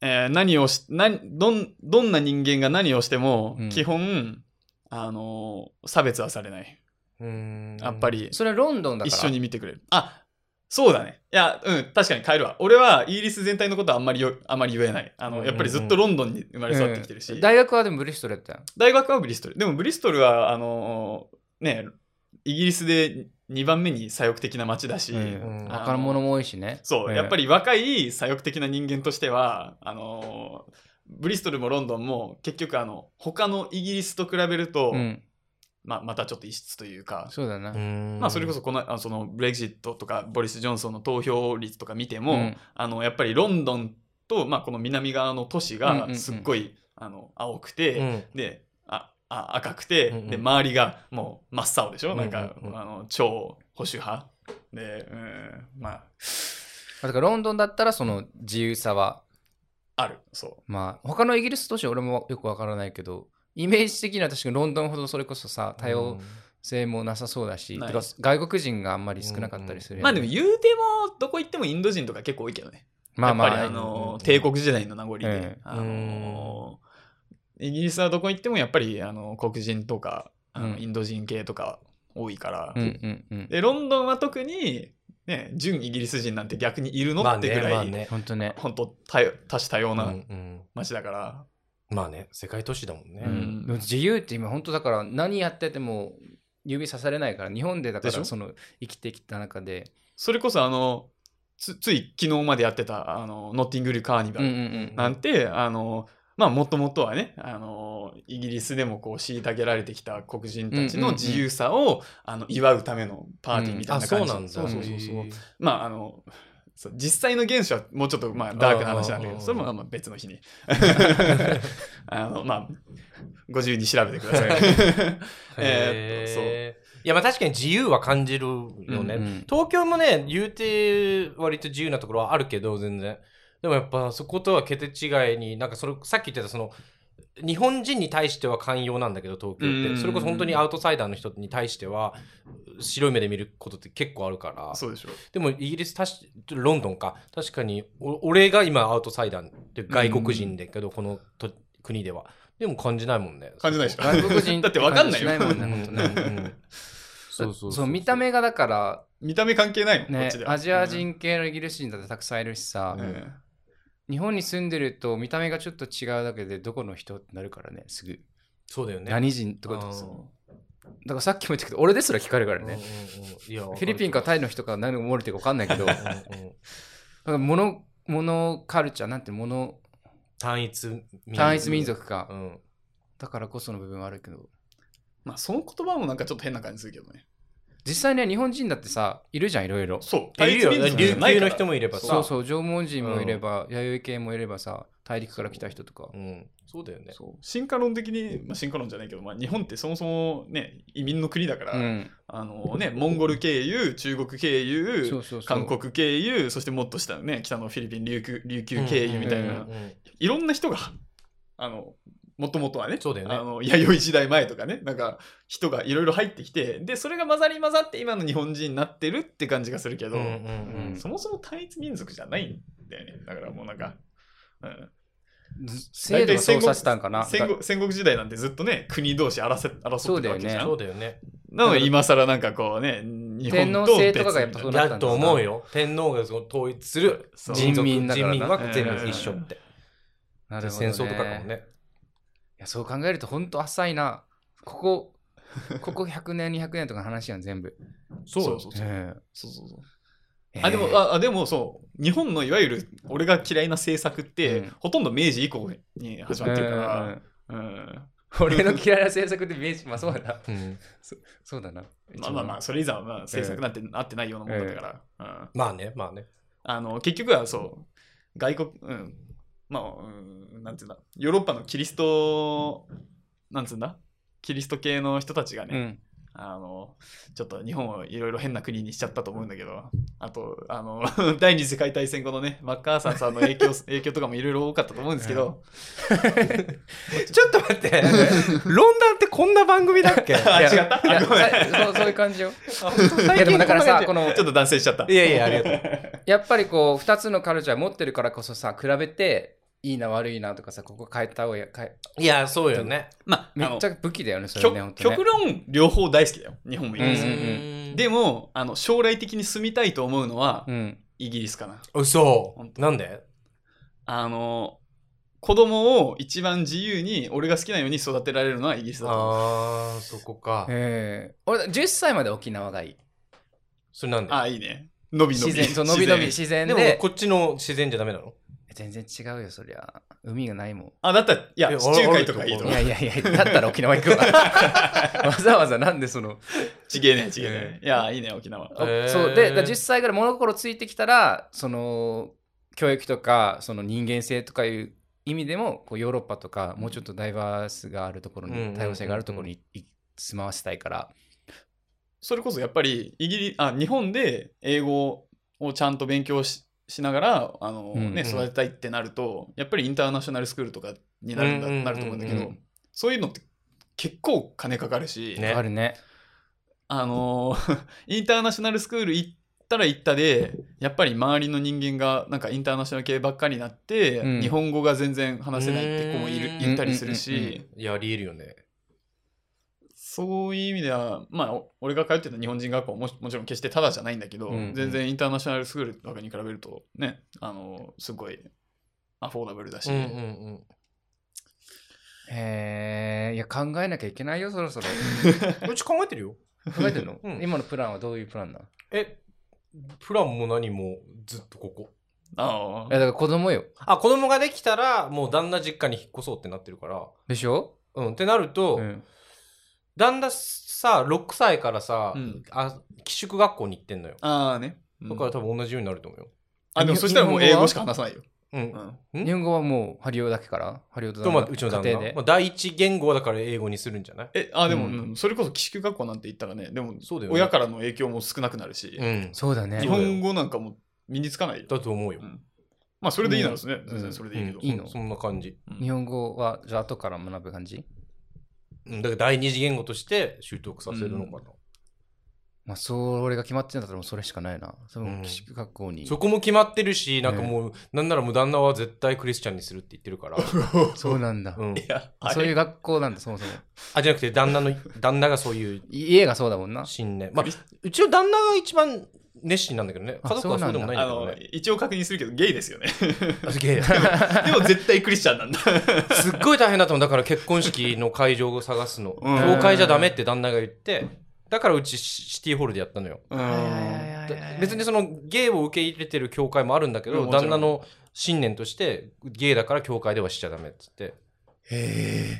Speaker 3: えー何をし何どんどんな人間が何をしても
Speaker 2: うん
Speaker 3: 基本、あのー差別はされない
Speaker 4: うん
Speaker 3: やっぱり
Speaker 2: それはロンドンだから
Speaker 3: 一緒に見てくれるあそうだねいやうん確かに変えるわ俺はイギリス全体のことはあんまりよあまり言えないあ
Speaker 4: うんうん
Speaker 3: の
Speaker 4: うん
Speaker 3: やっぱりずっとロンドンに生まれ育ってきてるし、
Speaker 2: うん大学はでもブリストルやったよ
Speaker 3: 大学はブリストルでもブリストルはあのーねイギリスで2番目に左翼的な街だし、
Speaker 2: うん
Speaker 4: うん
Speaker 2: 若者も多いしね。
Speaker 3: そう、
Speaker 2: ええ
Speaker 3: やっぱり若い左翼的な人間としてはあのーブリストルもロンドンも結局あの他のイギリスと比べると、
Speaker 2: うん、
Speaker 3: まあ、またちょっと異質というか、
Speaker 2: そうだな。
Speaker 4: ま
Speaker 3: まあ、それこそこのあそのブレグジットとかボリス・ジョンソンの投票率とか見ても、
Speaker 2: うん
Speaker 3: あのやっぱりロンドンと、まあ、この南側の都市
Speaker 2: うんうんう
Speaker 3: が
Speaker 2: ん
Speaker 3: すっごい、あの青くて、
Speaker 4: うん
Speaker 3: でああ赤くて、
Speaker 4: うんうん
Speaker 3: で周りがもう真っ青でしょ、
Speaker 4: うんうんうん
Speaker 3: なんかあの超保守派でうんまあ
Speaker 2: だからロンドンだったらその自由さは、
Speaker 3: あるそう
Speaker 2: まあ他のイギリス都市は俺もよくわからないけど、イメージ的には確かにロンドンほどそれこそさ、多様性もなさそうだし、
Speaker 3: ない
Speaker 2: てか外国人があんまり少なかったりするよ
Speaker 3: まあ
Speaker 2: ね、
Speaker 3: でも言うてもどこ行ってもインド人とか結構多いけどね。
Speaker 2: まあま
Speaker 3: やっぱ
Speaker 2: あ、
Speaker 3: りあ
Speaker 4: うんうんう
Speaker 3: の
Speaker 4: ん
Speaker 3: ー帝国時代の名残で、
Speaker 2: ええ
Speaker 3: あのーイギリスはどこ行ってもやっぱりあの黒人とかあの
Speaker 2: うん
Speaker 3: インド人系とか多いから、
Speaker 2: うんうんうん。
Speaker 3: でロンドンは特に、ね、純イギリス人なんて逆にいるの
Speaker 4: まあ
Speaker 3: ってぐ
Speaker 4: ね
Speaker 3: らい、
Speaker 4: まあね
Speaker 2: 本当ね。
Speaker 3: 本当多様多種多様
Speaker 4: うん
Speaker 3: な
Speaker 4: うん
Speaker 3: 街だから、
Speaker 4: まあね世界都市だもんね
Speaker 2: う
Speaker 3: うん
Speaker 2: ん、でも自由って今本当だから何やってても指さされないから日本でだか
Speaker 3: でしょ
Speaker 2: らその生きてきた中で
Speaker 3: それこそあのつつい昨日までやってたあのノッティングル・カーニバ
Speaker 2: うん
Speaker 3: ル
Speaker 2: うんうん
Speaker 3: なんて、あの、まあ、もともとはね、あの、イギリスでもこう、虐げられてきた黒人たちの自由さを、あの、祝うためのパーティーみたい
Speaker 4: あ
Speaker 3: な
Speaker 4: そ
Speaker 3: 感
Speaker 4: う
Speaker 3: じ。
Speaker 4: なんだ
Speaker 3: そうそうそうそう
Speaker 4: へー
Speaker 3: まあ、あの、そう実際の現象はもうちょっと、まあ、ダークな話なんだけ
Speaker 4: あー
Speaker 3: ど、それもまあまあ別の
Speaker 4: *laughs*
Speaker 3: 日に。あの、まあ、ご自由に調べてくだ *laughs* さい。えーっと、そう。
Speaker 4: へーいやまあ確かに自由は感じるよね、
Speaker 2: うんうん
Speaker 4: 東京もね言うて割と自由なところはあるけど全然でもやっぱそことは桁違いになんかそれさっき言ってたその日本人に対しては寛容なんだけど東京っ
Speaker 3: うん
Speaker 4: てそれこそ本当にアウトサイダーの人に対しては白い目で見ることって結構あるから
Speaker 3: そうでしょ
Speaker 4: でもイギリス確かロンドンか確かにお俺が今アウトサイダーで外国人だけど、このと国ではでも感じないもんね
Speaker 3: 感じないでしょ
Speaker 2: 外国人
Speaker 3: *laughs* だってわかんないよ
Speaker 2: って感じ
Speaker 4: う
Speaker 2: しない
Speaker 4: ん
Speaker 2: もんね本当ね
Speaker 4: うんうんそうそう
Speaker 2: そう見た目がだから
Speaker 3: 見た目関係ないもん、こ
Speaker 2: ね
Speaker 3: っちでは。
Speaker 2: アジア人系のイギリス人だってたくさんいるしさ、
Speaker 3: うん。うん
Speaker 2: 日本に住んでると見た目がちょっと違うだけでどこの人ってなるからねすぐ、
Speaker 4: そうだよね
Speaker 2: 何人とか
Speaker 4: あー
Speaker 3: そう
Speaker 2: だからさっきも言ったけど俺ですら聞かれるから
Speaker 4: うんうんうん
Speaker 2: ね、
Speaker 4: いやわ
Speaker 2: フィリピンかタイの人か何が漏れてるか分かん *laughs* ないけどだか
Speaker 4: うんうん
Speaker 2: らモノモノカルチャーなんてモノ
Speaker 4: 単一民族
Speaker 2: 単一民族か、
Speaker 4: うん
Speaker 2: だからこその部分はあるけど
Speaker 3: まあ、その言葉もなんかちょっと変な感じするけどね。
Speaker 2: 実際ね日本人だってさいるじゃんいろいろ
Speaker 3: そう。
Speaker 4: いるよ
Speaker 3: 対立民族じゃ
Speaker 4: 琉
Speaker 3: ない
Speaker 4: 球
Speaker 3: か
Speaker 4: の
Speaker 3: ら
Speaker 4: 人もいればさ
Speaker 2: そうそう縄文人もいれば、弥生系もいればさ大陸から来た人とか
Speaker 4: うんそうだよね
Speaker 3: そう進化論的に、まあ、進化論じゃないけど、まあ、日本ってそもそも、ね、移民の国だから、
Speaker 2: うん
Speaker 3: あのね、モンゴル経由中国経由
Speaker 2: そうそうそう
Speaker 3: 韓国経由そしてもっと下のね北のフィリピン琉球琉球経由みたいな、
Speaker 2: うんう
Speaker 4: うん
Speaker 2: ん
Speaker 4: うん
Speaker 3: いろんな人があのもともとはね
Speaker 4: そうだよね
Speaker 3: あの弥生時代前とかねなんか人がいろいろ入ってきてでそれが混ざり混ざって今の日本人になってるって感じがするけど、
Speaker 4: うんうん
Speaker 3: そもそも単一民族じゃないんだよねだからもうなんか、うん、
Speaker 2: 制度がそうさせたんかな
Speaker 3: 戦国戦国時代なんてずっとね国同士争っ争ってたわけじ
Speaker 2: そうだ
Speaker 3: ゃ
Speaker 2: よ
Speaker 3: ん
Speaker 4: そうだよね
Speaker 3: なので今更なんかこうね、日
Speaker 2: 天
Speaker 3: 本
Speaker 2: 皇
Speaker 3: と
Speaker 2: 制とかがやっぱ
Speaker 3: 別
Speaker 2: そ
Speaker 3: み
Speaker 2: う
Speaker 3: たい
Speaker 2: な
Speaker 4: だ
Speaker 2: ったんだ
Speaker 4: と思うよ。天皇がその統一する
Speaker 3: そう
Speaker 4: 人族
Speaker 2: 人民だからな
Speaker 4: 人民は天皇一緒って。
Speaker 2: なるほど、
Speaker 4: 戦争とかかも。ね。
Speaker 2: いやそう考えると本当浅いな。ここ、ここ100年、200年とかの話やん、全部。
Speaker 3: なそうそうそう。
Speaker 2: え
Speaker 3: そうそうそう
Speaker 2: え
Speaker 3: あでもああでもそう日本のいわゆる俺が嫌いな政策って、
Speaker 2: うん
Speaker 3: ほとんど明治以降に始まってるか
Speaker 2: うんうんう
Speaker 3: ら、
Speaker 2: ん
Speaker 3: うん
Speaker 2: 俺の嫌いな政策で明治、まあそうだな。
Speaker 4: うん
Speaker 2: そうだな。
Speaker 3: まあまあまあそれ以前はまあ政策なんて合ってないようなもんだったから、うん、
Speaker 4: まあね、まあね。
Speaker 3: あの結局はそう外国、うん、まあ、うん、なんていうんだヨーロッパのキリストなんつうんだキリスト系の人たちが
Speaker 2: う
Speaker 3: ね、
Speaker 2: ん。
Speaker 3: あのちょっと日本をいろいろ変な国にしちゃったと思うんだけどあとあの *laughs* 第二次世界大戦後のねマッカーサーさんの影
Speaker 2: *laughs*
Speaker 3: 響影響とかもいろいろ多かったと思うんですけど、
Speaker 4: *laughs* ちょっと待って、ロンダンってこんな番組だっけ
Speaker 3: あ
Speaker 2: いや
Speaker 3: 違った
Speaker 2: いや
Speaker 3: あごめん
Speaker 2: さそうそういう感じ
Speaker 3: *laughs*
Speaker 2: よ。いや
Speaker 4: 最
Speaker 2: でもだからさ、この
Speaker 3: ちょっと断線しちゃった
Speaker 4: いやいや、ありがとう。
Speaker 2: やっぱりこう2つのカルチャー持ってるからこそさ比べていいな悪いなとかさここ変えた方がいい変え
Speaker 4: いや、そうよね。
Speaker 3: まあ
Speaker 2: めっち
Speaker 3: あ
Speaker 2: ゃ武器だよねそれ
Speaker 3: の
Speaker 2: ね本
Speaker 3: 極
Speaker 2: 当ね
Speaker 3: 極論両方大好きだよ日本もイギリス
Speaker 2: う
Speaker 3: も、
Speaker 2: ん
Speaker 3: でもあの将来的に住みたいと思うのは
Speaker 2: うん
Speaker 3: イギリスかな、
Speaker 4: 嘘
Speaker 3: 本当
Speaker 4: なんで
Speaker 3: あの子供を一番自由に俺が好きなように育てられるのはイギリスだと思う
Speaker 4: あー、そこか。
Speaker 2: ええ俺10歳まで沖縄がいい
Speaker 4: それなんで
Speaker 3: ああいいね伸び伸
Speaker 2: 自
Speaker 3: び
Speaker 2: 然そう伸び伸び
Speaker 3: 自然
Speaker 2: 自然
Speaker 4: で
Speaker 2: で
Speaker 4: もこっちの自然じゃダメなの
Speaker 2: 全然違うよそりゃ海がないも
Speaker 3: あだったらい
Speaker 4: い
Speaker 3: や
Speaker 4: や
Speaker 3: 地中海とかいいと
Speaker 2: ん
Speaker 3: 思
Speaker 2: いうやいやいやだったら沖縄行
Speaker 3: *laughs*
Speaker 2: くわわざわざなんでその
Speaker 3: ちげえねちげえねいやいいね沖縄
Speaker 4: へー
Speaker 2: そうでだから10歳ぐらい物心ついてきたらその教育とかその人間性とかいう意味でもこうヨーロッパとかもうちょっとダイバースがあるところ
Speaker 4: うんうんうんう
Speaker 2: に
Speaker 4: ん
Speaker 2: 多様性があるところにい住まわせたいから
Speaker 3: それこそやっぱりイギリあ日本で英語をちゃんと勉強ししながらあの、
Speaker 2: うんうん
Speaker 3: ね、育てたいってなるとやっぱりインターナショナルスクールとかになるん
Speaker 4: うんうん
Speaker 3: だ、
Speaker 4: うんうん
Speaker 3: なると思うんだけ
Speaker 2: う
Speaker 3: どそういうのって結構金かかるし、
Speaker 4: ね
Speaker 2: あるね
Speaker 3: あの *laughs* ーインターナショナルスクール行ったら行ったでやっぱり周りの人間がなんかインターナショナル系ばっかりになって、
Speaker 2: うん
Speaker 3: 日本語が全然話せないって子もいる
Speaker 4: うん
Speaker 3: いたりするし、
Speaker 2: うんうんうんう
Speaker 4: いや、ありえるよね。
Speaker 3: そういう意味ではまあお俺が通ってた日本人学校ももちろん決してただじゃないんだけど、
Speaker 4: うんうん
Speaker 3: 全然インターナショナルスクールとかに比べるとねあのーすごいアフォーダブルだし、
Speaker 4: うんうんうん。
Speaker 2: えー、いや考えなきゃいけないよそろそろ
Speaker 4: うち考えてるよ。
Speaker 2: 考えてるの、
Speaker 4: うん
Speaker 2: 今のプランはどういうプランなのい
Speaker 4: え、プランも何もずっとここ。
Speaker 3: あ
Speaker 2: やだか
Speaker 3: あ
Speaker 2: ら子供よ
Speaker 4: あ、子供ができたら、もう旦那実家に引っ越そうってなってるから。
Speaker 2: でしょ、
Speaker 4: うん、ってなると、
Speaker 2: うん
Speaker 4: 旦那さ、6歳からさ、
Speaker 3: うん
Speaker 4: あ寄宿学校に行ってんのよ。
Speaker 3: あーね、うん
Speaker 4: だから多分同じようになると思うよ。
Speaker 3: あでもそしたらもう英語しか話さないよ、
Speaker 4: うん。
Speaker 3: うん
Speaker 4: うん
Speaker 2: 日本語はもうハリオだけからハリオと
Speaker 4: とまあ、うちの
Speaker 2: 家
Speaker 4: 旦
Speaker 2: 庭
Speaker 4: 那。
Speaker 2: で
Speaker 4: まあ、第一言語だから英語にするんじゃない
Speaker 3: えあでも、
Speaker 2: うん
Speaker 3: うんそれこそ寄宿学校なんて言ったらねでも
Speaker 4: そうだよね
Speaker 3: 親からの影響も少なくなるし、
Speaker 4: うん。
Speaker 2: そうだね
Speaker 3: 日本語なんかも身につかないよ
Speaker 4: だと思うよ
Speaker 3: う。んまあそれでいいならですね、
Speaker 2: ん
Speaker 3: 全然それでいいけど、
Speaker 4: うん
Speaker 2: いいの
Speaker 4: そんな感じ。
Speaker 3: うん
Speaker 2: 日本語はじゃあ後から学ぶ感じ
Speaker 4: うん、だから第二次言語として習得させるのかな。
Speaker 2: まあ、それが決まってんだったらもうそれしかないな。そ
Speaker 4: うん
Speaker 2: の寄宿学校に。
Speaker 4: そこも決まってるし、なんかもう、なんならもう旦那は絶対クリスチャンにするって言ってる *laughs* から。
Speaker 2: そうなんだ
Speaker 4: う。ん
Speaker 3: い、やあれ
Speaker 2: そういう学校なんだ、そもそも。
Speaker 4: あ、じゃなくて旦那の、旦那がそういう
Speaker 2: 家がそうだもんな。
Speaker 4: 信念。まあ、うちの旦那が一番熱心なんだけどね。
Speaker 2: あ
Speaker 4: 家族はそうでもないんだ
Speaker 3: あ
Speaker 4: けど
Speaker 3: の
Speaker 4: ね。
Speaker 3: 一応確認するけどゲイですよね *laughs*
Speaker 4: あすげえ
Speaker 3: でも絶対クリスチャンなんだ
Speaker 4: すっごい大変だと思う。だから結婚式の会場を探すの。
Speaker 3: うん
Speaker 4: 教会じゃダメって旦那が言って、だからうちシシティホールでやったのよ。
Speaker 3: うん
Speaker 4: 別にそのゲイを受け入れてる教会もあるんだけ
Speaker 3: う
Speaker 4: ど、
Speaker 3: んもちろ
Speaker 4: 旦
Speaker 3: ん
Speaker 4: 那の信念としてゲイだから教会ではしちゃダメっつって、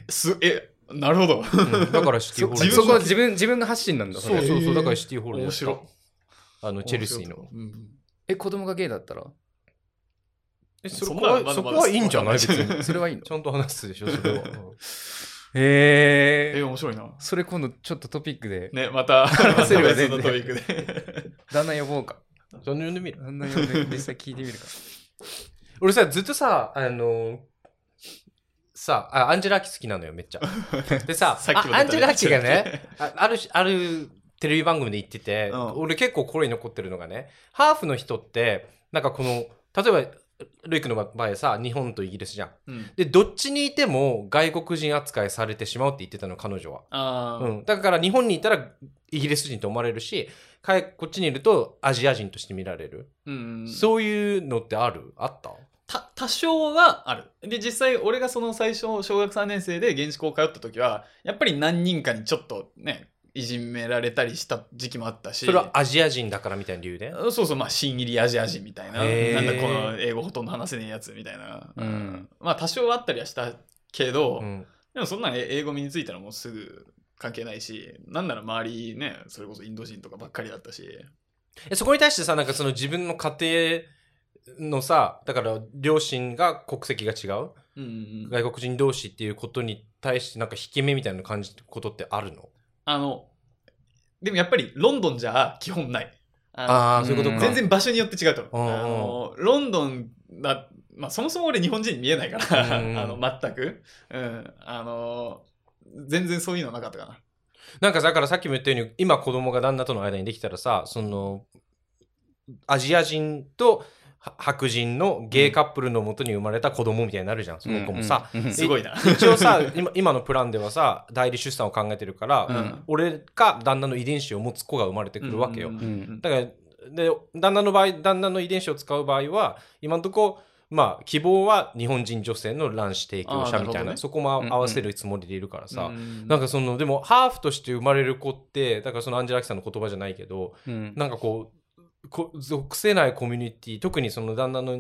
Speaker 3: すえなるほど
Speaker 4: うんだからシティホール
Speaker 3: 自
Speaker 2: そ
Speaker 3: 分
Speaker 2: こは自分自分が発信なんだ。
Speaker 4: そうそ
Speaker 2: れ
Speaker 4: うそう
Speaker 3: へー
Speaker 4: だからシティホールでやっ
Speaker 3: 面
Speaker 4: た
Speaker 3: 白い
Speaker 4: あ *laughs* のチェルシーの
Speaker 3: うん
Speaker 2: え、子供がゲイだったら
Speaker 4: えそ
Speaker 3: そん
Speaker 4: こ
Speaker 3: なの
Speaker 4: は
Speaker 3: まだまだ
Speaker 4: そこはいいんじゃない別
Speaker 3: *laughs* そんなの
Speaker 4: に
Speaker 2: それはいいの
Speaker 4: ちゃんと話すでしょそ
Speaker 3: *laughs*
Speaker 4: れは、
Speaker 2: へ
Speaker 3: え面白いな
Speaker 2: それ今度ちょっとトピックで、
Speaker 3: ね
Speaker 4: *laughs*
Speaker 3: また
Speaker 2: 話せるよ
Speaker 3: 別
Speaker 2: 全
Speaker 3: の
Speaker 2: 然
Speaker 3: トピックで
Speaker 2: 旦那呼ぼうか。
Speaker 4: うん、そんな呼んでみる
Speaker 2: 旦那呼んで実際聞いてみるか。
Speaker 4: 俺さずっとさあのさあアンジェラーキ好きなのよめっちゃでさ
Speaker 3: さっきも出
Speaker 4: あ
Speaker 3: た
Speaker 4: アンジェラーキが
Speaker 3: *laughs*
Speaker 4: ねああるあるテレビ番組で言ってて、
Speaker 3: うん
Speaker 4: 俺結構心に残ってるのがねハーフの人ってなんかこの例えばルイクの場合さ日本とイギリスじゃん
Speaker 3: うん
Speaker 4: でどっちにいても外国人扱いされてしまうって言ってたの彼女は、
Speaker 3: あ
Speaker 4: う
Speaker 3: ー
Speaker 4: ん、だから日本にいたらイギリス人と思われるしかこっちにいるとアジア人として見られる、
Speaker 3: うん
Speaker 4: そういうのってあるあった
Speaker 3: た多少はあるで実際俺がその最初小学3年生で現地校通った時はやっぱり何人かにちょっとねいじめられたりした時期もあったし
Speaker 4: それはアジア人だからみたいな理由で
Speaker 3: そうそうまあ新入りアジア人みたいな
Speaker 4: へー
Speaker 3: なんだこの英語ほとんど話せねえやつみたいな、
Speaker 2: うん
Speaker 3: まあ多少はあったりはしたけど、
Speaker 4: うん
Speaker 3: でもそんなんえ英語身についたらもうすぐ関係ないしなんなら周りねそれこそインド人とかばっかりだったし
Speaker 4: えそこに対してさなんかその自分の家庭のさだから両親が国籍が違う
Speaker 3: うんうんうん
Speaker 4: 外国人同士っていうことに対してなんか引け目みたいな感じることってあるの
Speaker 3: あのでもやっぱりロンドンじゃ基本ないあの
Speaker 4: ああ
Speaker 2: ー
Speaker 4: そういうこと
Speaker 2: ん
Speaker 4: か
Speaker 3: 全然場所によって違うと思
Speaker 4: う
Speaker 3: う、
Speaker 4: んうん
Speaker 3: あのロンドンだ、まあ、そもそも俺日本人に見えないから、
Speaker 4: うん
Speaker 3: あの全く、うん、あの全然そういうのなかったかな
Speaker 4: なんかだからさっきも言ったように今子供が旦那との間にできたらさそのアジア人とは白人のゲイカップルのもとに生まれた子供みたいになる *laughs* じゃん、その子もさ、
Speaker 2: うんうん
Speaker 3: すごいな、
Speaker 4: 一応
Speaker 3: *laughs*
Speaker 4: さ今今のプランではさ代理出産を考えてるから、
Speaker 3: うん
Speaker 4: 俺か旦那の遺伝子を持つ子が生まれてくるわけよ、
Speaker 3: うん
Speaker 2: うん
Speaker 4: だからで旦那の場合旦那の遺伝子を使う場合は今のとこまあ希望は日本人女性の卵子提供者みた
Speaker 3: あーなる
Speaker 4: い
Speaker 3: ほ
Speaker 4: な
Speaker 3: どね
Speaker 4: そこも合わせるつもりでいるからさ、
Speaker 3: うん
Speaker 4: なんかそのでもハーフとして生まれる子ってだからそのアンジェラ・アキさんの言葉じゃないけど
Speaker 2: うん
Speaker 4: なんかこうこ属せないコミュニティ特にその旦那の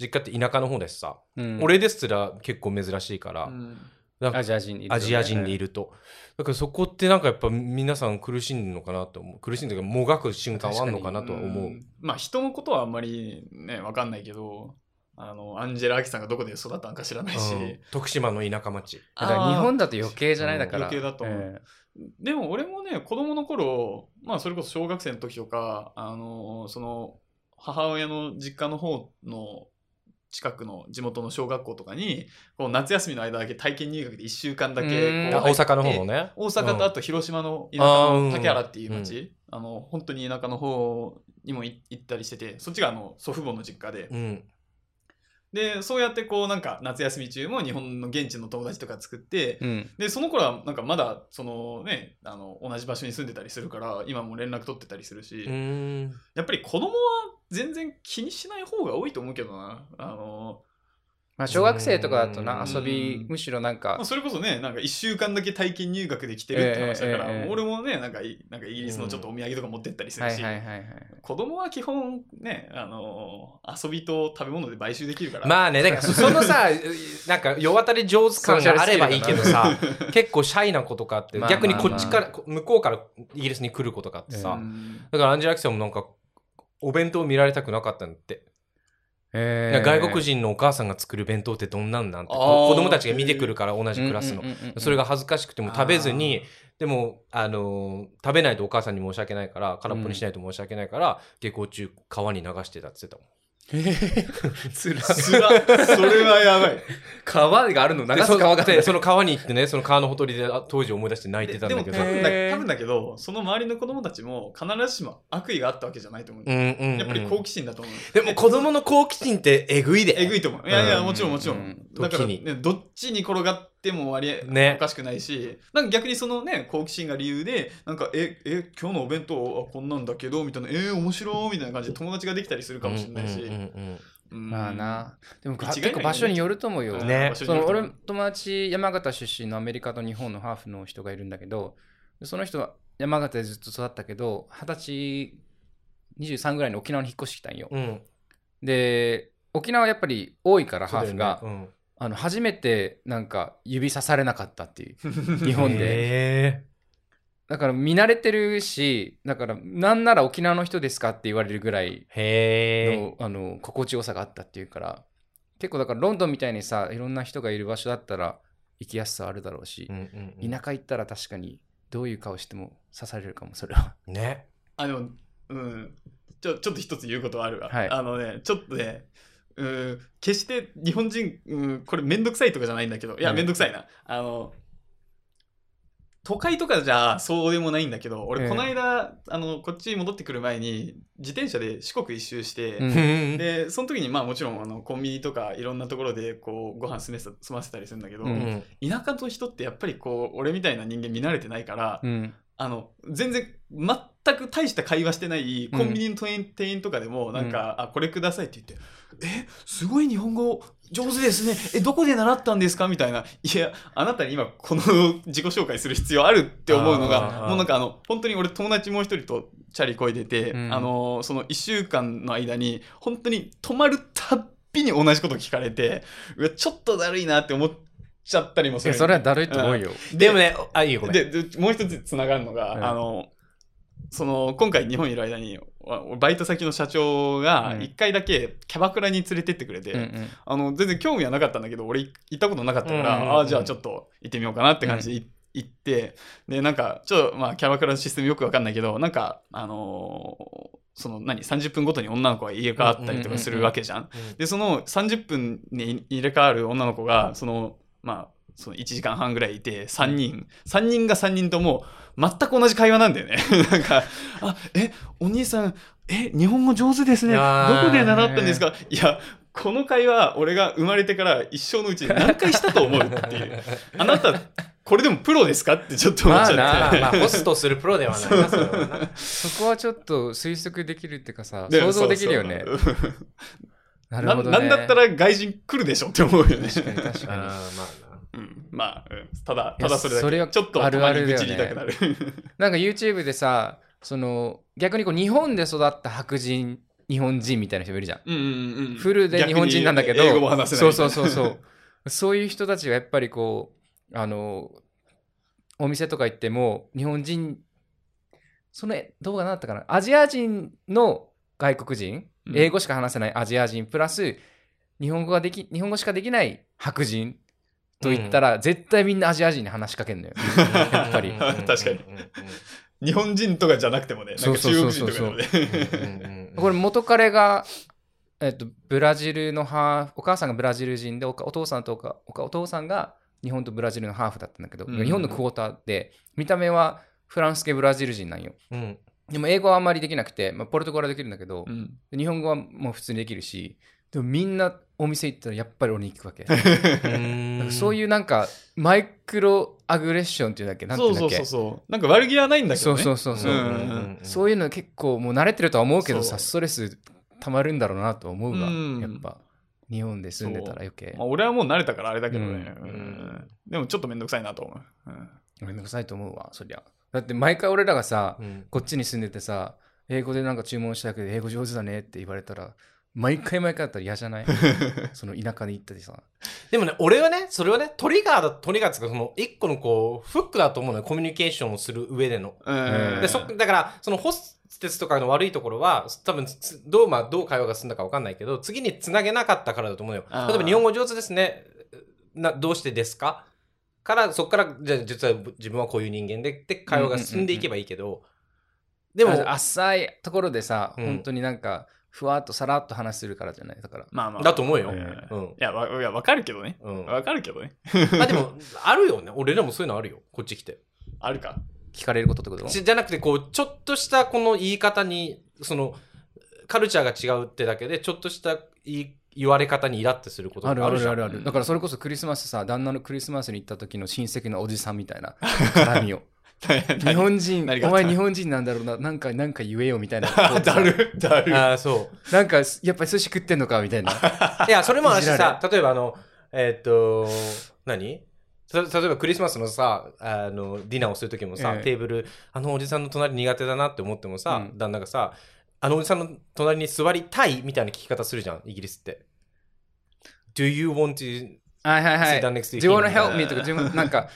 Speaker 4: 実家って田舎の方だしさ、
Speaker 2: うん
Speaker 4: 俺ですら結構珍しいから、
Speaker 3: うん
Speaker 4: なんか
Speaker 2: アジア人でいるよね
Speaker 4: アジア人でいると、だからそこってなんかやっぱ皆さん苦しんでるのかなと思う苦しんでるというかもがく瞬間はあるのかなとは思う。
Speaker 3: んまあ人のことはあんまりね分かんないけどあのアンジェラ・アキさんがどこで育ったんか知らないし、
Speaker 4: うん徳島の田舎町
Speaker 2: だから日
Speaker 3: あ
Speaker 2: 本だと余計じゃないだから
Speaker 3: 余計だと思う
Speaker 2: え
Speaker 3: ーでも俺もね子供の頃まあそれこそ小学生の時とかあのその母親の実家の方の近くの地元の小学校とかにこう夏休みの間だけ体験入学で1週間だけこう
Speaker 2: うん
Speaker 4: あ
Speaker 3: 入
Speaker 4: 大
Speaker 3: って
Speaker 4: 阪の方のね
Speaker 3: 大阪とあと広島の田舎
Speaker 4: あー
Speaker 3: の竹原っていう町、あの本当に田舎の方にもい行ったりしててそっちがあの祖父母の実家で、
Speaker 4: うん
Speaker 3: でそうやってこうなんか夏休み中も日本の現地の友達とか作って、
Speaker 2: うん
Speaker 3: でその頃はなんかまだそのねあの同じ場所に住んでたりするから今も連絡取ってたりするし、
Speaker 4: うん
Speaker 3: やっぱり子供は全然気にしない方が多いと思うけどなあの、
Speaker 2: まあ小学生とかだとな
Speaker 4: うん
Speaker 2: 遊びむしろなん
Speaker 3: まあ
Speaker 2: か
Speaker 3: それこそねなんか1週間だけ体験入学で来てるって話だから、
Speaker 2: ええええええ
Speaker 3: 俺もねなんかいなんかイギリスのちょっとお土産とか持ってったりす
Speaker 2: は
Speaker 3: る
Speaker 2: い
Speaker 3: し、
Speaker 2: はいはいはい
Speaker 3: 子供は基本ね、あの遊びと食べ物で買収できるから。
Speaker 4: まあねだからそ *laughs* そのさなんか世渡り上手感があればいいけどさ
Speaker 2: *laughs*
Speaker 4: 結構シャイな子とかって
Speaker 2: まあまあ
Speaker 4: 逆にこっちからこ向こうからイギリスに来る子とかって
Speaker 3: う
Speaker 4: さ
Speaker 3: ん
Speaker 4: だからアンジェラ・アキさんもなんかお弁当見られたくなかったんだって
Speaker 2: えー
Speaker 4: 外国人のお母さんが作る弁当ってどんなんなんて
Speaker 3: あー
Speaker 4: こ子供たちが見てくるから同じクラスの
Speaker 2: うんうんうんうん
Speaker 4: それが恥ずかしくても食べずにでも、あのー食べないとお母さんに申し訳ないから空っぽにしないと申し訳ないから、下校中川に流してたって言ってたもん
Speaker 2: つら
Speaker 3: つらそれはやばい。
Speaker 2: 川があるの流
Speaker 4: でそ
Speaker 2: す川が
Speaker 4: でその川に行ってねその川のほとりであ当時思い出して泣いてたん
Speaker 3: でも
Speaker 4: だ
Speaker 3: 多
Speaker 4: け
Speaker 3: 分
Speaker 4: ど
Speaker 3: だ
Speaker 2: へー
Speaker 3: 多分だけど、その周りの子供たちも必ずしも悪意があったわけじゃないと思う。
Speaker 4: うんうんうん
Speaker 3: やっぱり好奇心だと思う。
Speaker 4: でも子供の好奇心ってえぐいで
Speaker 3: えぐいと思う。いやいや、
Speaker 4: うん
Speaker 3: もちろんもちろ
Speaker 2: うんん。
Speaker 3: だから、
Speaker 4: 時に
Speaker 3: ね、どっちに転がっても割合、
Speaker 4: ね
Speaker 3: おかしくないし、なんか逆にそのね、好奇心が理由で、なんか、え、え、今日のお弁当あこんなんだけど、みたいな、えー、面白いみたいな感じで友達ができたりするかもしれないし。
Speaker 4: うんうんうん
Speaker 3: うん
Speaker 2: まあ。なでも
Speaker 3: 一概には
Speaker 2: 結構場所によると思うよ
Speaker 3: うん
Speaker 4: ね
Speaker 3: 場所に
Speaker 2: そ
Speaker 3: よる
Speaker 2: の
Speaker 3: と思
Speaker 2: 俺
Speaker 3: う
Speaker 2: の友達山形出身のアメリカと日本のハーフの人がいるんだけどその人は山形でずっと育ったけど二十歳23ぐらいに沖縄に引っ越してきたんよ、
Speaker 4: うんうん
Speaker 2: で沖縄はやっぱり多いからハーフが、
Speaker 4: そうだよねうん
Speaker 2: あの初めてなんか指さされなかったっていう日本で
Speaker 4: へ
Speaker 2: だから見慣れてるしだからなんなら沖縄の人ですかって言われるぐら
Speaker 4: ー
Speaker 2: い
Speaker 4: へー
Speaker 2: のあの心地よさがあったっていうから結構だからロンドンみたいにさいろんな人がいる場所だったら行きやすさあるだろうし
Speaker 4: う、んうんうん
Speaker 2: 田舎行ったら確かにどういう顔しても刺されるかもそれは。
Speaker 4: ね
Speaker 3: あ、でも、うん。ちょ、ちょっと一つ言うことはあるわ。
Speaker 2: はい
Speaker 3: あのね、ちょっとね、うん、決して日本人、うん、これめんどくさいとかじゃないんだけど、いや、
Speaker 2: うん
Speaker 3: めんどくさいな。あの、都会とかじゃそうでもないんだけど、
Speaker 2: え
Speaker 3: 俺、
Speaker 2: え
Speaker 3: この間、あの、こっちに戻ってくる前に、自転車で四国一周して、
Speaker 2: うん
Speaker 3: で、その時に、まあもちろん、あの、コンビニとかいろんなところで、こう、ご飯済めさ済ませたりするんだけど、
Speaker 2: う
Speaker 4: うんん
Speaker 3: 田舎の人ってやっぱりこう、俺みたいな人間見慣れてないから、
Speaker 2: うん
Speaker 3: あの全然全く大した会話してないコンビニの店員,、店員とかでもなんか、あ「これください」って言って「えすごい日本語上手ですねえどこで習ったんですか?」みたいな「いやあなたに今この自己紹介する必要ある」って思うの
Speaker 4: あ
Speaker 3: が
Speaker 4: ー
Speaker 3: もうなんかあの本当に俺友達もう一人とチャリこいでて、
Speaker 2: うん
Speaker 3: あのその1週間の間に本当に止まるたっびに同じこと聞かれてうわちょっとだるいなって思っちゃったりもす
Speaker 2: いや
Speaker 3: る
Speaker 2: それはだるいと思うよ。
Speaker 4: でもね、あ、いいよ、ごめん。
Speaker 3: ででもう一つつながるのが、
Speaker 2: うん
Speaker 3: あのその今回日本にいる間にわバイト先の社長が
Speaker 2: うん
Speaker 3: 一回だけキャバクラに連れてってくれて、
Speaker 2: うんうん
Speaker 3: あの全然興味はなかったんだけど俺い行ったことなかったから、
Speaker 4: うんうんうん
Speaker 3: ああじゃあちょっと行ってみようかなって感じでい行ってでなんかちょっとまあキャバクラのシステムよくわかんないけどなんかあのーその何30分ごとに女の子が入れ替わったりとかするわけじゃん。でその30分に入れ替わる女の子がそのまあその1時間半ぐらいいて3人3人が3人とも全く同じ会話なんだよね *laughs* なんか「あえお兄さんえ日本語上手ですね
Speaker 4: い
Speaker 3: ど
Speaker 4: やー
Speaker 3: こで習ったんですか?」いやこの会話俺が生まれてから一生のうち何回したと思うって
Speaker 2: *laughs*
Speaker 3: いうあなたこれでもプロですかってちょっと思っちゃって、
Speaker 4: まあな、まあ、ホストするプロではないな、それ
Speaker 2: *laughs*
Speaker 4: はな。
Speaker 2: そこはちょっと推測できるっていうかさ、
Speaker 3: で
Speaker 2: 想像できるよ
Speaker 3: *laughs*
Speaker 2: ね。
Speaker 3: そうそう
Speaker 2: なる
Speaker 3: な
Speaker 2: ほど
Speaker 3: な
Speaker 2: ね。
Speaker 3: んだったら外人来るでしょって思うよね
Speaker 2: 確かに確
Speaker 4: あ
Speaker 2: かに。
Speaker 4: ーまあな。
Speaker 3: うんまあ、うんただ、
Speaker 2: い
Speaker 3: た
Speaker 2: や
Speaker 3: だそれだけ。
Speaker 2: それは
Speaker 3: ちょっと
Speaker 2: あ
Speaker 3: た
Speaker 2: るあ
Speaker 3: まに
Speaker 2: るだ
Speaker 3: 愚
Speaker 2: よ
Speaker 3: 痴
Speaker 2: ね
Speaker 3: りたくなる。
Speaker 2: なんか YouTube でさ、その逆にこう日本で育った白人、日本人みたいな人もいるじゃん。
Speaker 3: うんうんうん
Speaker 2: フルで日本人なんだけど、
Speaker 3: 逆に英語も話せない。
Speaker 2: そうそうそうそう。そういう人たちがやっぱりこう、あの、お店とか行っても、日本人、その動画何だったかなアジア人の外国人、
Speaker 3: うん
Speaker 2: 英語しか話せないアジア人、プラス、日本語ができ、日本語しかできない白人と言ったら、絶対みんなアジア人に話しかけんのよ。やっぱり
Speaker 4: うんうんうんうん
Speaker 3: 確かに日本人とかじゃなくてもね、なん
Speaker 2: そう
Speaker 3: か
Speaker 2: そう
Speaker 3: 中
Speaker 2: そ
Speaker 3: 国
Speaker 2: うそ
Speaker 3: 人
Speaker 2: う
Speaker 3: とかでもね。
Speaker 4: うんうんうん
Speaker 2: これ元彼が、えっと、ブラジルのハーフお母さんがブラジル人でおかお父さんとおかおかお父さんが日本とブラジルのハーフだったんだけど、
Speaker 3: うんうん
Speaker 2: 日本のクォーターで見た目はフランス系ブラジル人なんよ
Speaker 4: うん
Speaker 2: でも英語はあんまりできなくて、まあ、ポルトガルはできるんだけど
Speaker 3: う、ん
Speaker 2: 日本語はもう普通にできるしでもみんなお店行ったらやっぱり俺に聞くわけなんかそういうなんかマイクロアグレッションっていうんだっけなんてい
Speaker 3: そうう
Speaker 2: だ
Speaker 3: んそ
Speaker 2: っ
Speaker 3: う
Speaker 2: け
Speaker 3: そうそう。なんか悪気はないんだけど
Speaker 2: そう
Speaker 3: ね。
Speaker 2: そうそうそう、
Speaker 3: うん
Speaker 2: そう
Speaker 4: い
Speaker 2: いうの結構もう慣れてるとは思うけど
Speaker 3: そう
Speaker 2: さストレスたまるんだろうなと思うわ、
Speaker 3: うん
Speaker 2: やっぱ日本で住んでたら余計
Speaker 3: まあ、俺はもう慣れたからあれだけどね。
Speaker 4: うん
Speaker 3: うんでもちょっとめんどくさいなと思う。うん
Speaker 2: めんどくさいと思うわそりゃだって毎回俺らがさこっちに住んでてさ英語でなんか注文したけど英語上手だねって言われたら毎回毎回だったら嫌じゃないその田舎に行ったりさ
Speaker 4: でもね、俺はね、それはね、トリガーだ、トリガーっていうか、その、一個のこう、フックだと思うのよ、コミュニケーションをする上での。
Speaker 3: うん
Speaker 4: でそだから、そのホステスとかの悪いところは、多分つどう、まあ、どう会話が進んだか分かんないけど、次につなげなかったからだと思うよ。
Speaker 3: あー
Speaker 4: 例えば、日本語上手ですね。などうしてですかから、そこから、じゃあ実は自分はこういう人間で、って会話が進んでいけばいいけど、で
Speaker 2: で
Speaker 4: も、
Speaker 2: も浅いところでさ、
Speaker 4: うん
Speaker 2: 本当になんかふわっとさらっと話するからじゃないだから
Speaker 3: まあまあ。
Speaker 4: だと思うよ。
Speaker 3: う
Speaker 4: う
Speaker 3: ん
Speaker 4: ん。
Speaker 3: いや、わいやわかるけどね。
Speaker 4: うん。ま
Speaker 3: わかるけどね。
Speaker 4: あでも、あるよね。俺らもそういうのあるよ。こっち来て。
Speaker 3: あるか。
Speaker 2: 聞かれることってこと
Speaker 4: じじゃなくて、こう、ちょっとしたこの言い方に、その、カルチャーが違うってだけで、ちょっとした言い言われ方にイラってすること
Speaker 2: あるあるあるあ
Speaker 3: うん
Speaker 2: る。だからそれこそクリスマスさ、旦那のクリスマスに行った時の親戚のおじさんみたいな絡みを。日本人、
Speaker 3: 何があ
Speaker 2: お
Speaker 3: った
Speaker 2: 前日本人なんだろうな、なんか、なんか言えよみたいな。
Speaker 3: *laughs* だる、だる。
Speaker 4: ああ、そう。
Speaker 2: なんか、やっぱり寿司食ってんのかみた
Speaker 3: *laughs*
Speaker 2: いな。
Speaker 4: いや、それもあるし
Speaker 2: いじら
Speaker 4: さ、例えばあの、えーっと、何た例えばクリスマスのさ、あの、ディナーをするときもさ、
Speaker 2: ええ
Speaker 4: テーブル、あのおじさんの隣苦手だなって思ってもさ、
Speaker 2: うん
Speaker 4: 旦那がさ、あのおじさんの隣に座りたいみたいな聞き方するじゃん、イギリスって。Do you want to
Speaker 2: はいはいは
Speaker 4: sit
Speaker 2: い。
Speaker 4: down next to
Speaker 2: Do you
Speaker 4: him?
Speaker 2: wanna help me? とか、自
Speaker 3: *laughs*
Speaker 2: 分、なんか、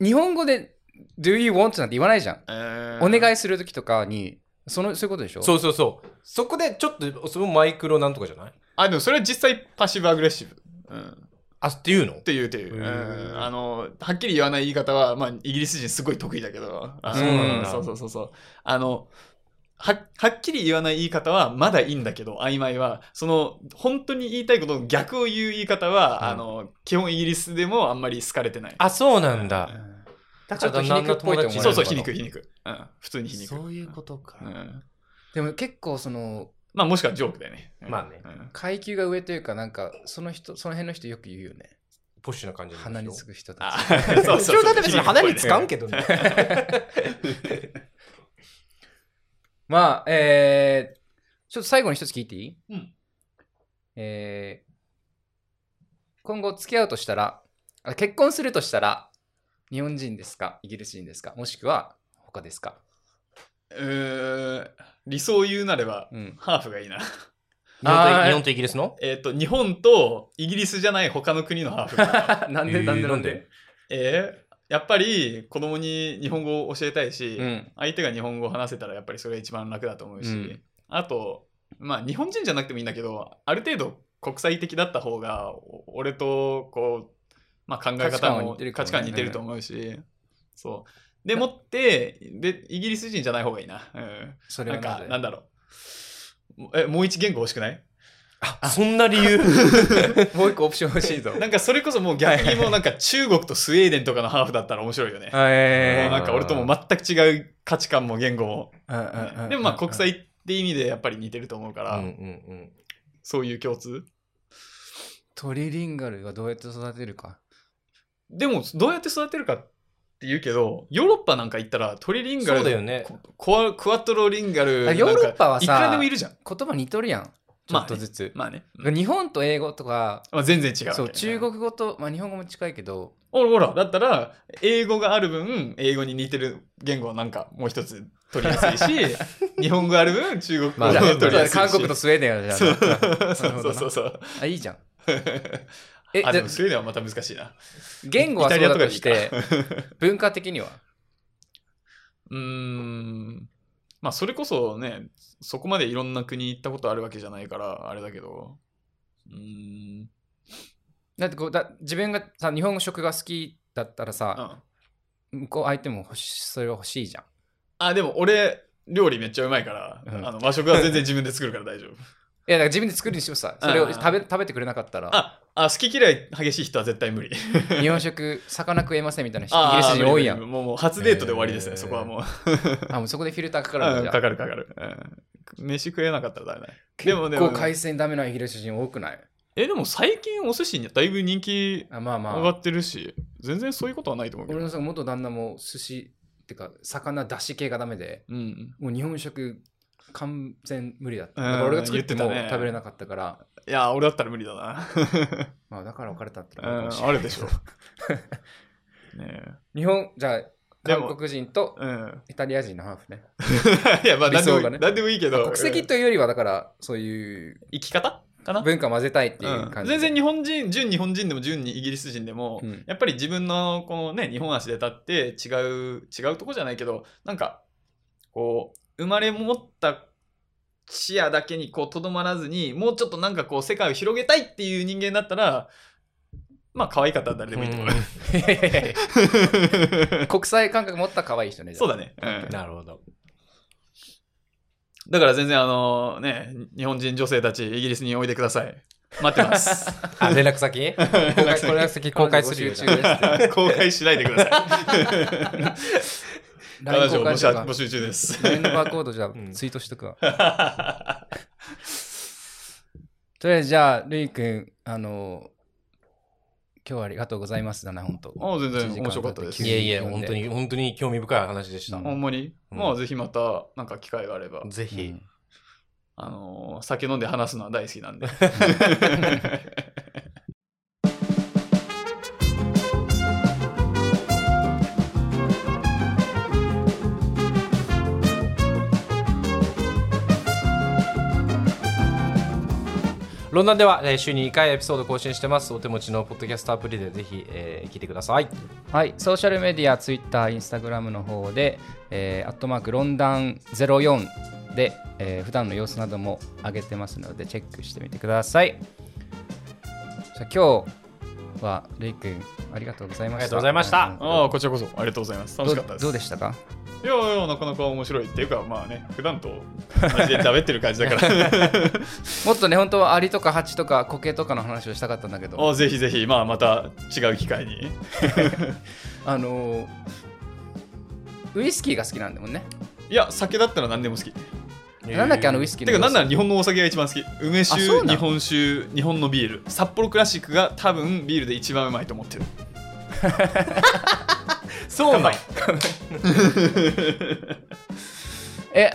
Speaker 2: 日本語で Do you want なんて言わないじゃん。お願
Speaker 3: い。
Speaker 2: いする時とかに、その、そういうことでしょ
Speaker 4: そうそうそう。そこでちょっと、そのマイクロなんとかじゃない
Speaker 3: あ、でもそれは実際パッシブアグレッシブ。うん
Speaker 4: あ、っていうの
Speaker 3: っていうっていう、
Speaker 4: へー
Speaker 3: うんあのはっきり言わない言い方は、まあ、イギリス人すごい得意だけどあ
Speaker 4: そうなんだ
Speaker 3: そうそうそうそうあのははっきり言わない言い方はまだいいんだけど曖昧はその本当に言いたいことの逆を言う言い方は、
Speaker 4: うん
Speaker 3: あの基本イギリスでもあんまり好かれてない
Speaker 4: あ、そうなん
Speaker 3: う
Speaker 4: だ。
Speaker 3: ん
Speaker 4: だ
Speaker 2: ちょっと皮肉っぽいと思われるのかな
Speaker 3: そうそう皮肉皮肉、うん、普通に皮肉
Speaker 4: そういうことか。
Speaker 3: うん
Speaker 2: でも結構、その、
Speaker 3: まあもしくはジョークだよね、うん
Speaker 4: まあね
Speaker 3: うん
Speaker 2: 階級が上というか、なんか、その人、その辺の人よく言うよね。
Speaker 4: ポッシュな感じなん
Speaker 2: 鼻に
Speaker 4: で
Speaker 2: つ
Speaker 4: すよ
Speaker 2: く人た
Speaker 4: *laughs*
Speaker 3: あ
Speaker 2: ち。
Speaker 3: そうう
Speaker 4: ち
Speaker 3: そ
Speaker 4: の
Speaker 3: うそう
Speaker 4: だって別に鼻につかんけどね。
Speaker 2: まあ、えー、ちょっと最後に一つ聞いていい
Speaker 3: うん
Speaker 2: えー、今後付き合うとしたら、あ結婚するとしたら、日本人ですかイギリス人ですかもしくは他ですか
Speaker 3: うーん理想を言うなれば、
Speaker 2: うん。
Speaker 3: ハーフがいいな。
Speaker 4: 日本
Speaker 2: あー
Speaker 4: と日本とイギリスの
Speaker 3: えっと、日本とイギリスじゃない他の国のハーフがいい *laughs* な。
Speaker 2: *laughs* なん
Speaker 4: え
Speaker 2: で
Speaker 4: ー
Speaker 2: なんでなん
Speaker 4: なん
Speaker 2: で
Speaker 4: で
Speaker 3: えーやっぱり子供に日本語を教えたいし、
Speaker 2: うん。
Speaker 3: 相手が日本語を話せたらやっぱりそれが一番楽だと思うし、
Speaker 2: うん
Speaker 3: あとまあ日本人じゃなくてもいいんだけどある程度国際的だった方がお俺とこう、まあ、考え
Speaker 2: 価値観
Speaker 3: 方
Speaker 2: は
Speaker 3: も
Speaker 2: 似てるか
Speaker 3: 価
Speaker 2: もね
Speaker 3: 値観似てると思うし、そうでもってでイギリス人じゃない方がいいな、う
Speaker 2: そ
Speaker 3: ん、
Speaker 2: れ
Speaker 3: な
Speaker 2: は
Speaker 3: んか
Speaker 2: ぜ
Speaker 3: なんだろうえもう一言語欲しくない
Speaker 4: そんな理由
Speaker 2: *laughs* もう一個オプション欲しい
Speaker 3: *laughs*
Speaker 2: ぞ。
Speaker 3: なんかそれこそもう逆にもうなんか中国とスウェーデンとかのハーフだったら面白いよね。
Speaker 2: え
Speaker 3: もうなんか俺とも全く違う価値観も言語も。
Speaker 2: ー
Speaker 3: でもまあ国際って意味でやっぱり似てると思うか
Speaker 4: うんう
Speaker 3: ら、
Speaker 4: ん
Speaker 3: そういう共通。
Speaker 2: トリリンガルはどうやって育てるか。
Speaker 3: でもどうやって育てるかって言うけど、ヨーロッパなんか行ったらトリリンガル、
Speaker 4: そうだよね
Speaker 3: ココアクワトロリンガル
Speaker 2: あヨーロッパはさ
Speaker 3: なんかいくらでもいるじゃん。
Speaker 2: 言葉似とるやん。ちょ
Speaker 3: まあね
Speaker 2: っとずつ。
Speaker 3: まあね。うん
Speaker 2: 日本と英語とか、
Speaker 3: まあ、全然違うわけ
Speaker 2: そう、
Speaker 3: ね
Speaker 2: 中国語と、まあ日本語も近いけど、
Speaker 3: ほらほら、だったら、英語がある分、英語に似てる言語をなんかもう一つ取りやすいし、日本語がある分、中国語
Speaker 2: まあ、
Speaker 3: を
Speaker 2: じゃあ
Speaker 3: 取りやすいし。
Speaker 2: 韓国とスウェーデンがじ
Speaker 3: そ
Speaker 2: ゃ
Speaker 3: う
Speaker 2: あな
Speaker 3: *laughs* そうそうそうそう。
Speaker 2: あ、いいじゃん。え、じ
Speaker 3: あ、で
Speaker 2: ゃあ
Speaker 3: もスウェーデンはまた難しいな。
Speaker 2: 言語は
Speaker 3: イタ
Speaker 2: そう
Speaker 3: リア
Speaker 2: だ
Speaker 3: とか
Speaker 2: と
Speaker 3: でいい
Speaker 2: し
Speaker 3: か
Speaker 2: て、文化的には。
Speaker 3: うーん。まあ、それこそね、そこまでいろんな国行ったことあるわけじゃないから、あれだけど。うーん。
Speaker 2: だってこうだ、自分がさ、日本語食が好きだったらさ、
Speaker 3: あ
Speaker 2: 向こう相手も欲しそれは欲しいじゃん。
Speaker 3: あ、でも俺、料理めっちゃうまいから、
Speaker 2: うん
Speaker 3: あの和食は全然自分で作るから大丈夫。
Speaker 2: いや、だから自分で作るにしてもさ、それ
Speaker 3: う
Speaker 2: を
Speaker 3: ん
Speaker 2: 食べ食べてくれなかったら、
Speaker 3: あ、あ好き嫌い激しい人は絶対無理。
Speaker 2: 日本食、魚食えませんみたいな人、イギ
Speaker 3: あ
Speaker 2: リ
Speaker 3: ー
Speaker 2: ス人多いやん。
Speaker 3: 無理無理もうもう初デートで終わりですね、
Speaker 4: えー
Speaker 3: そこはもう。
Speaker 2: あ、もうそこでフィルターかかるんだ
Speaker 3: う
Speaker 2: じ
Speaker 3: ん
Speaker 2: ゃあ
Speaker 3: かかるかかる。うん飯食えなかったらダメだね。でもで
Speaker 2: 結構
Speaker 3: も、
Speaker 2: 海鮮ダメなイギリス人多くない
Speaker 3: え、でも最近お寿司にだいぶ人気
Speaker 2: あまあま
Speaker 3: 上が
Speaker 2: あ。
Speaker 3: ってるし、全然そういうことはないと思うけ
Speaker 2: 俺
Speaker 3: ど
Speaker 2: の。さ元旦那も寿司ってか魚だし系がダメで、
Speaker 3: うん、
Speaker 2: もう日本食完全無理だった。
Speaker 3: うん
Speaker 2: だから俺が作っても
Speaker 3: 言ってたね
Speaker 2: 食べれなかったから、
Speaker 3: いや、俺だったら無理だな。
Speaker 2: まあだから別れたって
Speaker 3: う
Speaker 2: ことかも
Speaker 3: ん
Speaker 2: しれな
Speaker 3: あ
Speaker 2: い
Speaker 3: るでしょ。ねえ
Speaker 2: 日本、じゃあ
Speaker 3: でも
Speaker 2: 韓国人と
Speaker 3: うん、
Speaker 2: イタリア人のハーフね。
Speaker 3: いや、まあ、
Speaker 2: 理
Speaker 3: なんでも
Speaker 2: 想
Speaker 3: い
Speaker 2: が
Speaker 3: い、
Speaker 2: ね
Speaker 3: なんでもいいけど、
Speaker 2: 国籍というよりはだからそういう
Speaker 3: 生き方かな、
Speaker 2: 文化混ぜたいっていう
Speaker 3: う
Speaker 2: 感
Speaker 3: ん
Speaker 2: じで、
Speaker 3: 全然日本人、純日本人でも純にイギリス人でも、
Speaker 2: うん
Speaker 3: やっぱり自分のこのね、日本足で立って違う、違うとこじゃないけど、なんか、こう、生まれ持った視野だけにこう、とどまらずに、もうちょっとなんかこう、世界を広げたいっていう人間だったら、まあ、可愛かったら誰でもいいと思う。
Speaker 2: いやいやい
Speaker 3: *laughs*
Speaker 2: や国際感覚持った可愛い人ね。じゃあ
Speaker 3: そうだね。うん
Speaker 4: なるほど。
Speaker 3: だから全然あのね、日本人女性たち、イギリスにおいでください。待ってます。
Speaker 4: あ、連絡先公開連絡先公開するよ。
Speaker 2: 公開募集中ですって。
Speaker 3: *laughs* 公開しないでくだ *laughs* さい。彼
Speaker 2: LINE
Speaker 3: 女
Speaker 2: 公
Speaker 3: を
Speaker 2: 開
Speaker 3: 募
Speaker 2: し
Speaker 3: 集
Speaker 2: とか
Speaker 3: 募集中です。
Speaker 2: メンバーコードじゃあ
Speaker 4: ん
Speaker 2: ツイートしとく
Speaker 3: *laughs*
Speaker 2: わ。
Speaker 3: あ
Speaker 2: とりあえずじゃあ、ルイ君、あの、今日はありがとうございますだな、本当。
Speaker 3: 全然面白かったです。
Speaker 2: 一時間
Speaker 4: い
Speaker 2: 経って急
Speaker 4: え
Speaker 2: に
Speaker 4: いえ、本当に、本当に興味深い話でした。
Speaker 3: *laughs* ほんまに、
Speaker 4: うん
Speaker 3: まあぜひまたなんか機会があれば、
Speaker 4: ぜ
Speaker 2: う
Speaker 4: ひ
Speaker 2: ん。
Speaker 3: あのー酒飲んで話すのは大好きな
Speaker 2: *laughs*
Speaker 3: んで。
Speaker 4: ロンダンでは、えー週に2回エピソード更新してます。お手持ちのポッドキャストアプリでぜひ、えー聞いてください。
Speaker 2: はい、ソーシャルメディア、ツイッター、インスタグラムの方で、えー、アットマークロンダン04で、えー、普段の様子なども上げてますので、チェックしてみてください。じゃあ今日は、レイ君、ありがとうございました。
Speaker 4: ありがとうございました
Speaker 3: ああ、こちらこそありがとうございます。楽しかったです。
Speaker 2: どうでしたか
Speaker 3: いやいや、なかなか面白いっていうか、まあね、普段と同じで喋ってる感じだ
Speaker 2: *laughs*
Speaker 3: から。
Speaker 2: もっとね、本当はアリとかハチとかコケとかの話をしたかったんだけど、
Speaker 3: あぜひぜひ、まあまた違う機会に。
Speaker 2: あのーウイスキーが好きなんだもんね。
Speaker 3: いや、酒だったら何でも好き。
Speaker 2: なんだっけあのウイスキー
Speaker 3: て
Speaker 2: の
Speaker 3: か
Speaker 2: 要素
Speaker 3: なんなら日本のお酒が一番好き梅酒
Speaker 2: あそうなの
Speaker 3: 日本酒日本のビール札幌クラシックが多分ビールで一番うまいと思ってる
Speaker 4: そうなん
Speaker 3: *laughs*
Speaker 2: え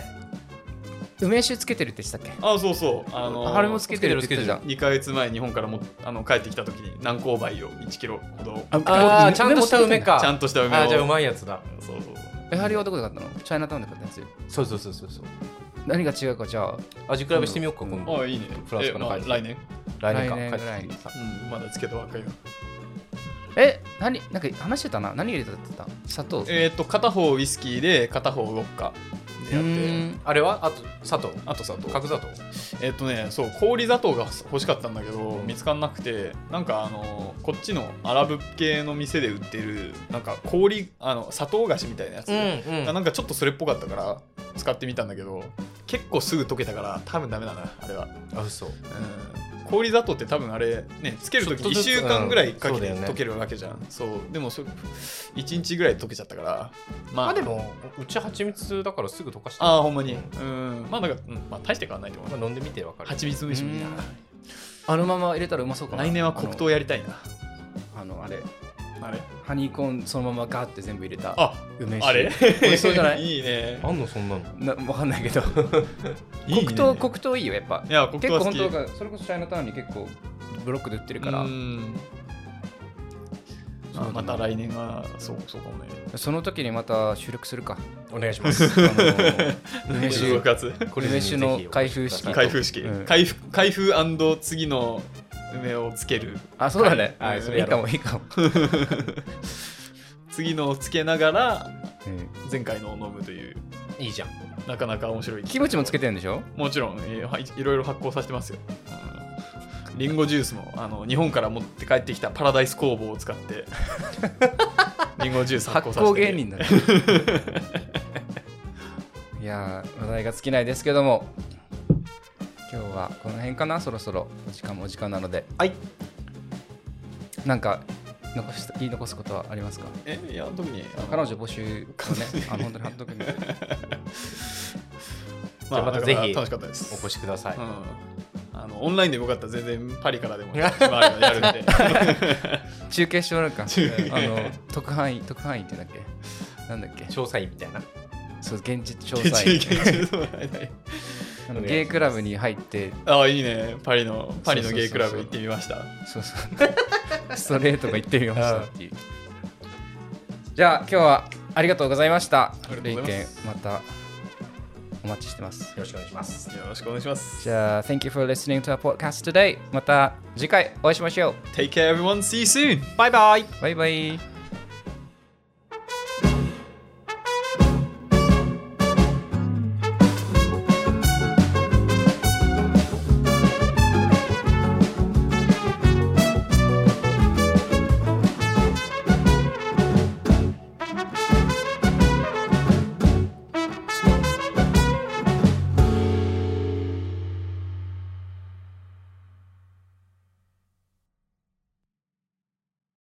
Speaker 2: 梅酒つけてるって言ってたっけ
Speaker 3: あそうそうあの
Speaker 2: あれもつけてるって言ってたじ
Speaker 3: 2ヶ月前日本からもあの帰ってきた時に南高梅を1キロほど
Speaker 2: ゃん
Speaker 4: ああちゃんとした梅
Speaker 2: か
Speaker 4: か
Speaker 3: ちゃんとした梅を
Speaker 4: あーじゃあうまいやつだ
Speaker 3: そうそう
Speaker 2: えハリはどこで買ったのチャイナタウンで買ったやつ
Speaker 4: そうそうそうそうそう
Speaker 2: 何が違うかじゃあ
Speaker 4: 味比べしてみようか今
Speaker 3: そう
Speaker 4: 度
Speaker 3: あいいね
Speaker 4: フランス
Speaker 3: え
Speaker 4: から帰って
Speaker 3: まあ来年、
Speaker 4: 来年
Speaker 2: 来
Speaker 4: か
Speaker 2: 年ぐらい
Speaker 4: 帰っ
Speaker 2: に
Speaker 4: てきて
Speaker 3: うん、まだつけたばっかりよ
Speaker 2: え何なんか話してたな何入れたって言ってた砂糖
Speaker 3: えっ、と片方ウイスキーで片方ウォッカ
Speaker 2: う
Speaker 3: でやって
Speaker 2: ーん
Speaker 4: あれはあと砂糖
Speaker 3: あと砂糖
Speaker 4: 角砂糖
Speaker 3: えっとね、そう氷砂糖が欲しかったんだけど見つからなくてなんかあのこっちのアラブ系の店で売ってるなんか氷あの砂糖菓子みたいなやつ、
Speaker 4: うん
Speaker 3: なんかちょっとそれっぽかったから使ってみたんだけど結構すぐ溶けたから多分ダメだなあれは、
Speaker 4: あ嘘
Speaker 3: うん、氷砂糖って多分あれねつけるとき
Speaker 4: ちょっとず
Speaker 3: 1
Speaker 4: つ
Speaker 3: 週間ぐらいかけ
Speaker 4: うんそうだ
Speaker 3: て
Speaker 4: よね
Speaker 3: 溶けるわけじゃん、そうでもそれ1日ぐらいで溶けちゃったからまあ
Speaker 4: まあでもうち蜂蜜だからすぐ溶かして
Speaker 3: ああほんまにうんまあなんか、うんまあ、大して変わんないと思う
Speaker 4: まあ飲んでみてわかる
Speaker 3: 蜂蜜も一緒にいいな
Speaker 2: うんあのまま入れたらうまそうかな
Speaker 3: 来年は黒糖やりたいな
Speaker 2: あのあのあれ
Speaker 3: あれ
Speaker 2: ハニーコーンそのままガーって全部入れた
Speaker 3: あ
Speaker 2: 梅酒
Speaker 3: あれ
Speaker 2: 美味しそうじゃない
Speaker 3: *laughs* いいね
Speaker 4: あんのそんなの
Speaker 2: なわかんないけど
Speaker 3: *laughs* いいね
Speaker 2: 黒糖黒糖いいよやっぱ
Speaker 3: いや黒
Speaker 2: 結
Speaker 3: 糖
Speaker 2: 構
Speaker 3: は好
Speaker 2: 本
Speaker 3: き
Speaker 2: 当がそれこそチャイナタウンに結構ブロックで売ってるから
Speaker 3: うんまあまた来年はそうそうかもね
Speaker 2: その時にまた収録する
Speaker 3: *laughs*
Speaker 2: か
Speaker 4: お願いします
Speaker 2: *laughs* あのー梅酒
Speaker 3: 復活
Speaker 4: こ
Speaker 2: 梅酒の開封式
Speaker 3: 開封式
Speaker 2: うん
Speaker 3: 開封開封次の梅をつける
Speaker 2: あそうだね
Speaker 4: はい
Speaker 2: うん
Speaker 4: それ
Speaker 2: いい
Speaker 4: や
Speaker 2: か
Speaker 4: ろ
Speaker 2: もいいかも
Speaker 3: 次のをつけながら
Speaker 2: うん
Speaker 3: 前回のを飲むという
Speaker 4: いいじゃん
Speaker 3: なかなか面白い
Speaker 2: キムチもつけ
Speaker 3: て
Speaker 2: てるんでしょ
Speaker 3: もちろんえーはいいろいろ発酵させてますようんリンゴジュースもあの日本から持って帰ってきたパラダイス工房を使って
Speaker 2: *laughs*
Speaker 3: リンゴジュース発
Speaker 2: 発
Speaker 3: 酵させ
Speaker 2: 酵
Speaker 3: て
Speaker 2: 芸人だね *laughs* いやー話題が尽きないですけども今日はこの辺かなそろそろお時間もお時間なので
Speaker 4: はい
Speaker 2: なんか残し言い残すことはありますか
Speaker 3: えいや特にあの
Speaker 2: 彼女募集をねあの本当に貼っとくんで
Speaker 3: まあ、
Speaker 4: じゃあまた
Speaker 3: だ
Speaker 4: ぜ
Speaker 3: か
Speaker 4: ひ
Speaker 3: ら楽しかったです
Speaker 4: お越しください
Speaker 3: うん、あのオンラインでもよかったら全然パリから
Speaker 2: *laughs*
Speaker 3: でも暇あるのでやるんで
Speaker 2: 中継してもらうか
Speaker 3: 中継
Speaker 2: あの特派員特派員ってだっけなんだっけ
Speaker 4: 調査員みたいな
Speaker 2: そう現地調査
Speaker 3: *laughs* 中
Speaker 2: 員
Speaker 3: 継中でもない
Speaker 2: あのゲイクラブに入って
Speaker 3: ああいいねパリのパリのゲイクラブ行ってみました
Speaker 2: そうそう。ストレートが行ってみましたっていう。じゃあ今日はありがとうございました
Speaker 3: りが。と
Speaker 2: レ
Speaker 3: う
Speaker 2: イ
Speaker 3: ござ
Speaker 2: ケ
Speaker 3: い
Speaker 2: ン
Speaker 3: ます
Speaker 2: またお待ちしてます。
Speaker 4: よろしくお願いします
Speaker 3: よろしくお願いします
Speaker 2: じゃあ Thank you for listening to our podcast today. また次回お会いしましょ
Speaker 3: Take care everyone see you soon
Speaker 4: バイバイ
Speaker 2: う。バイバイ。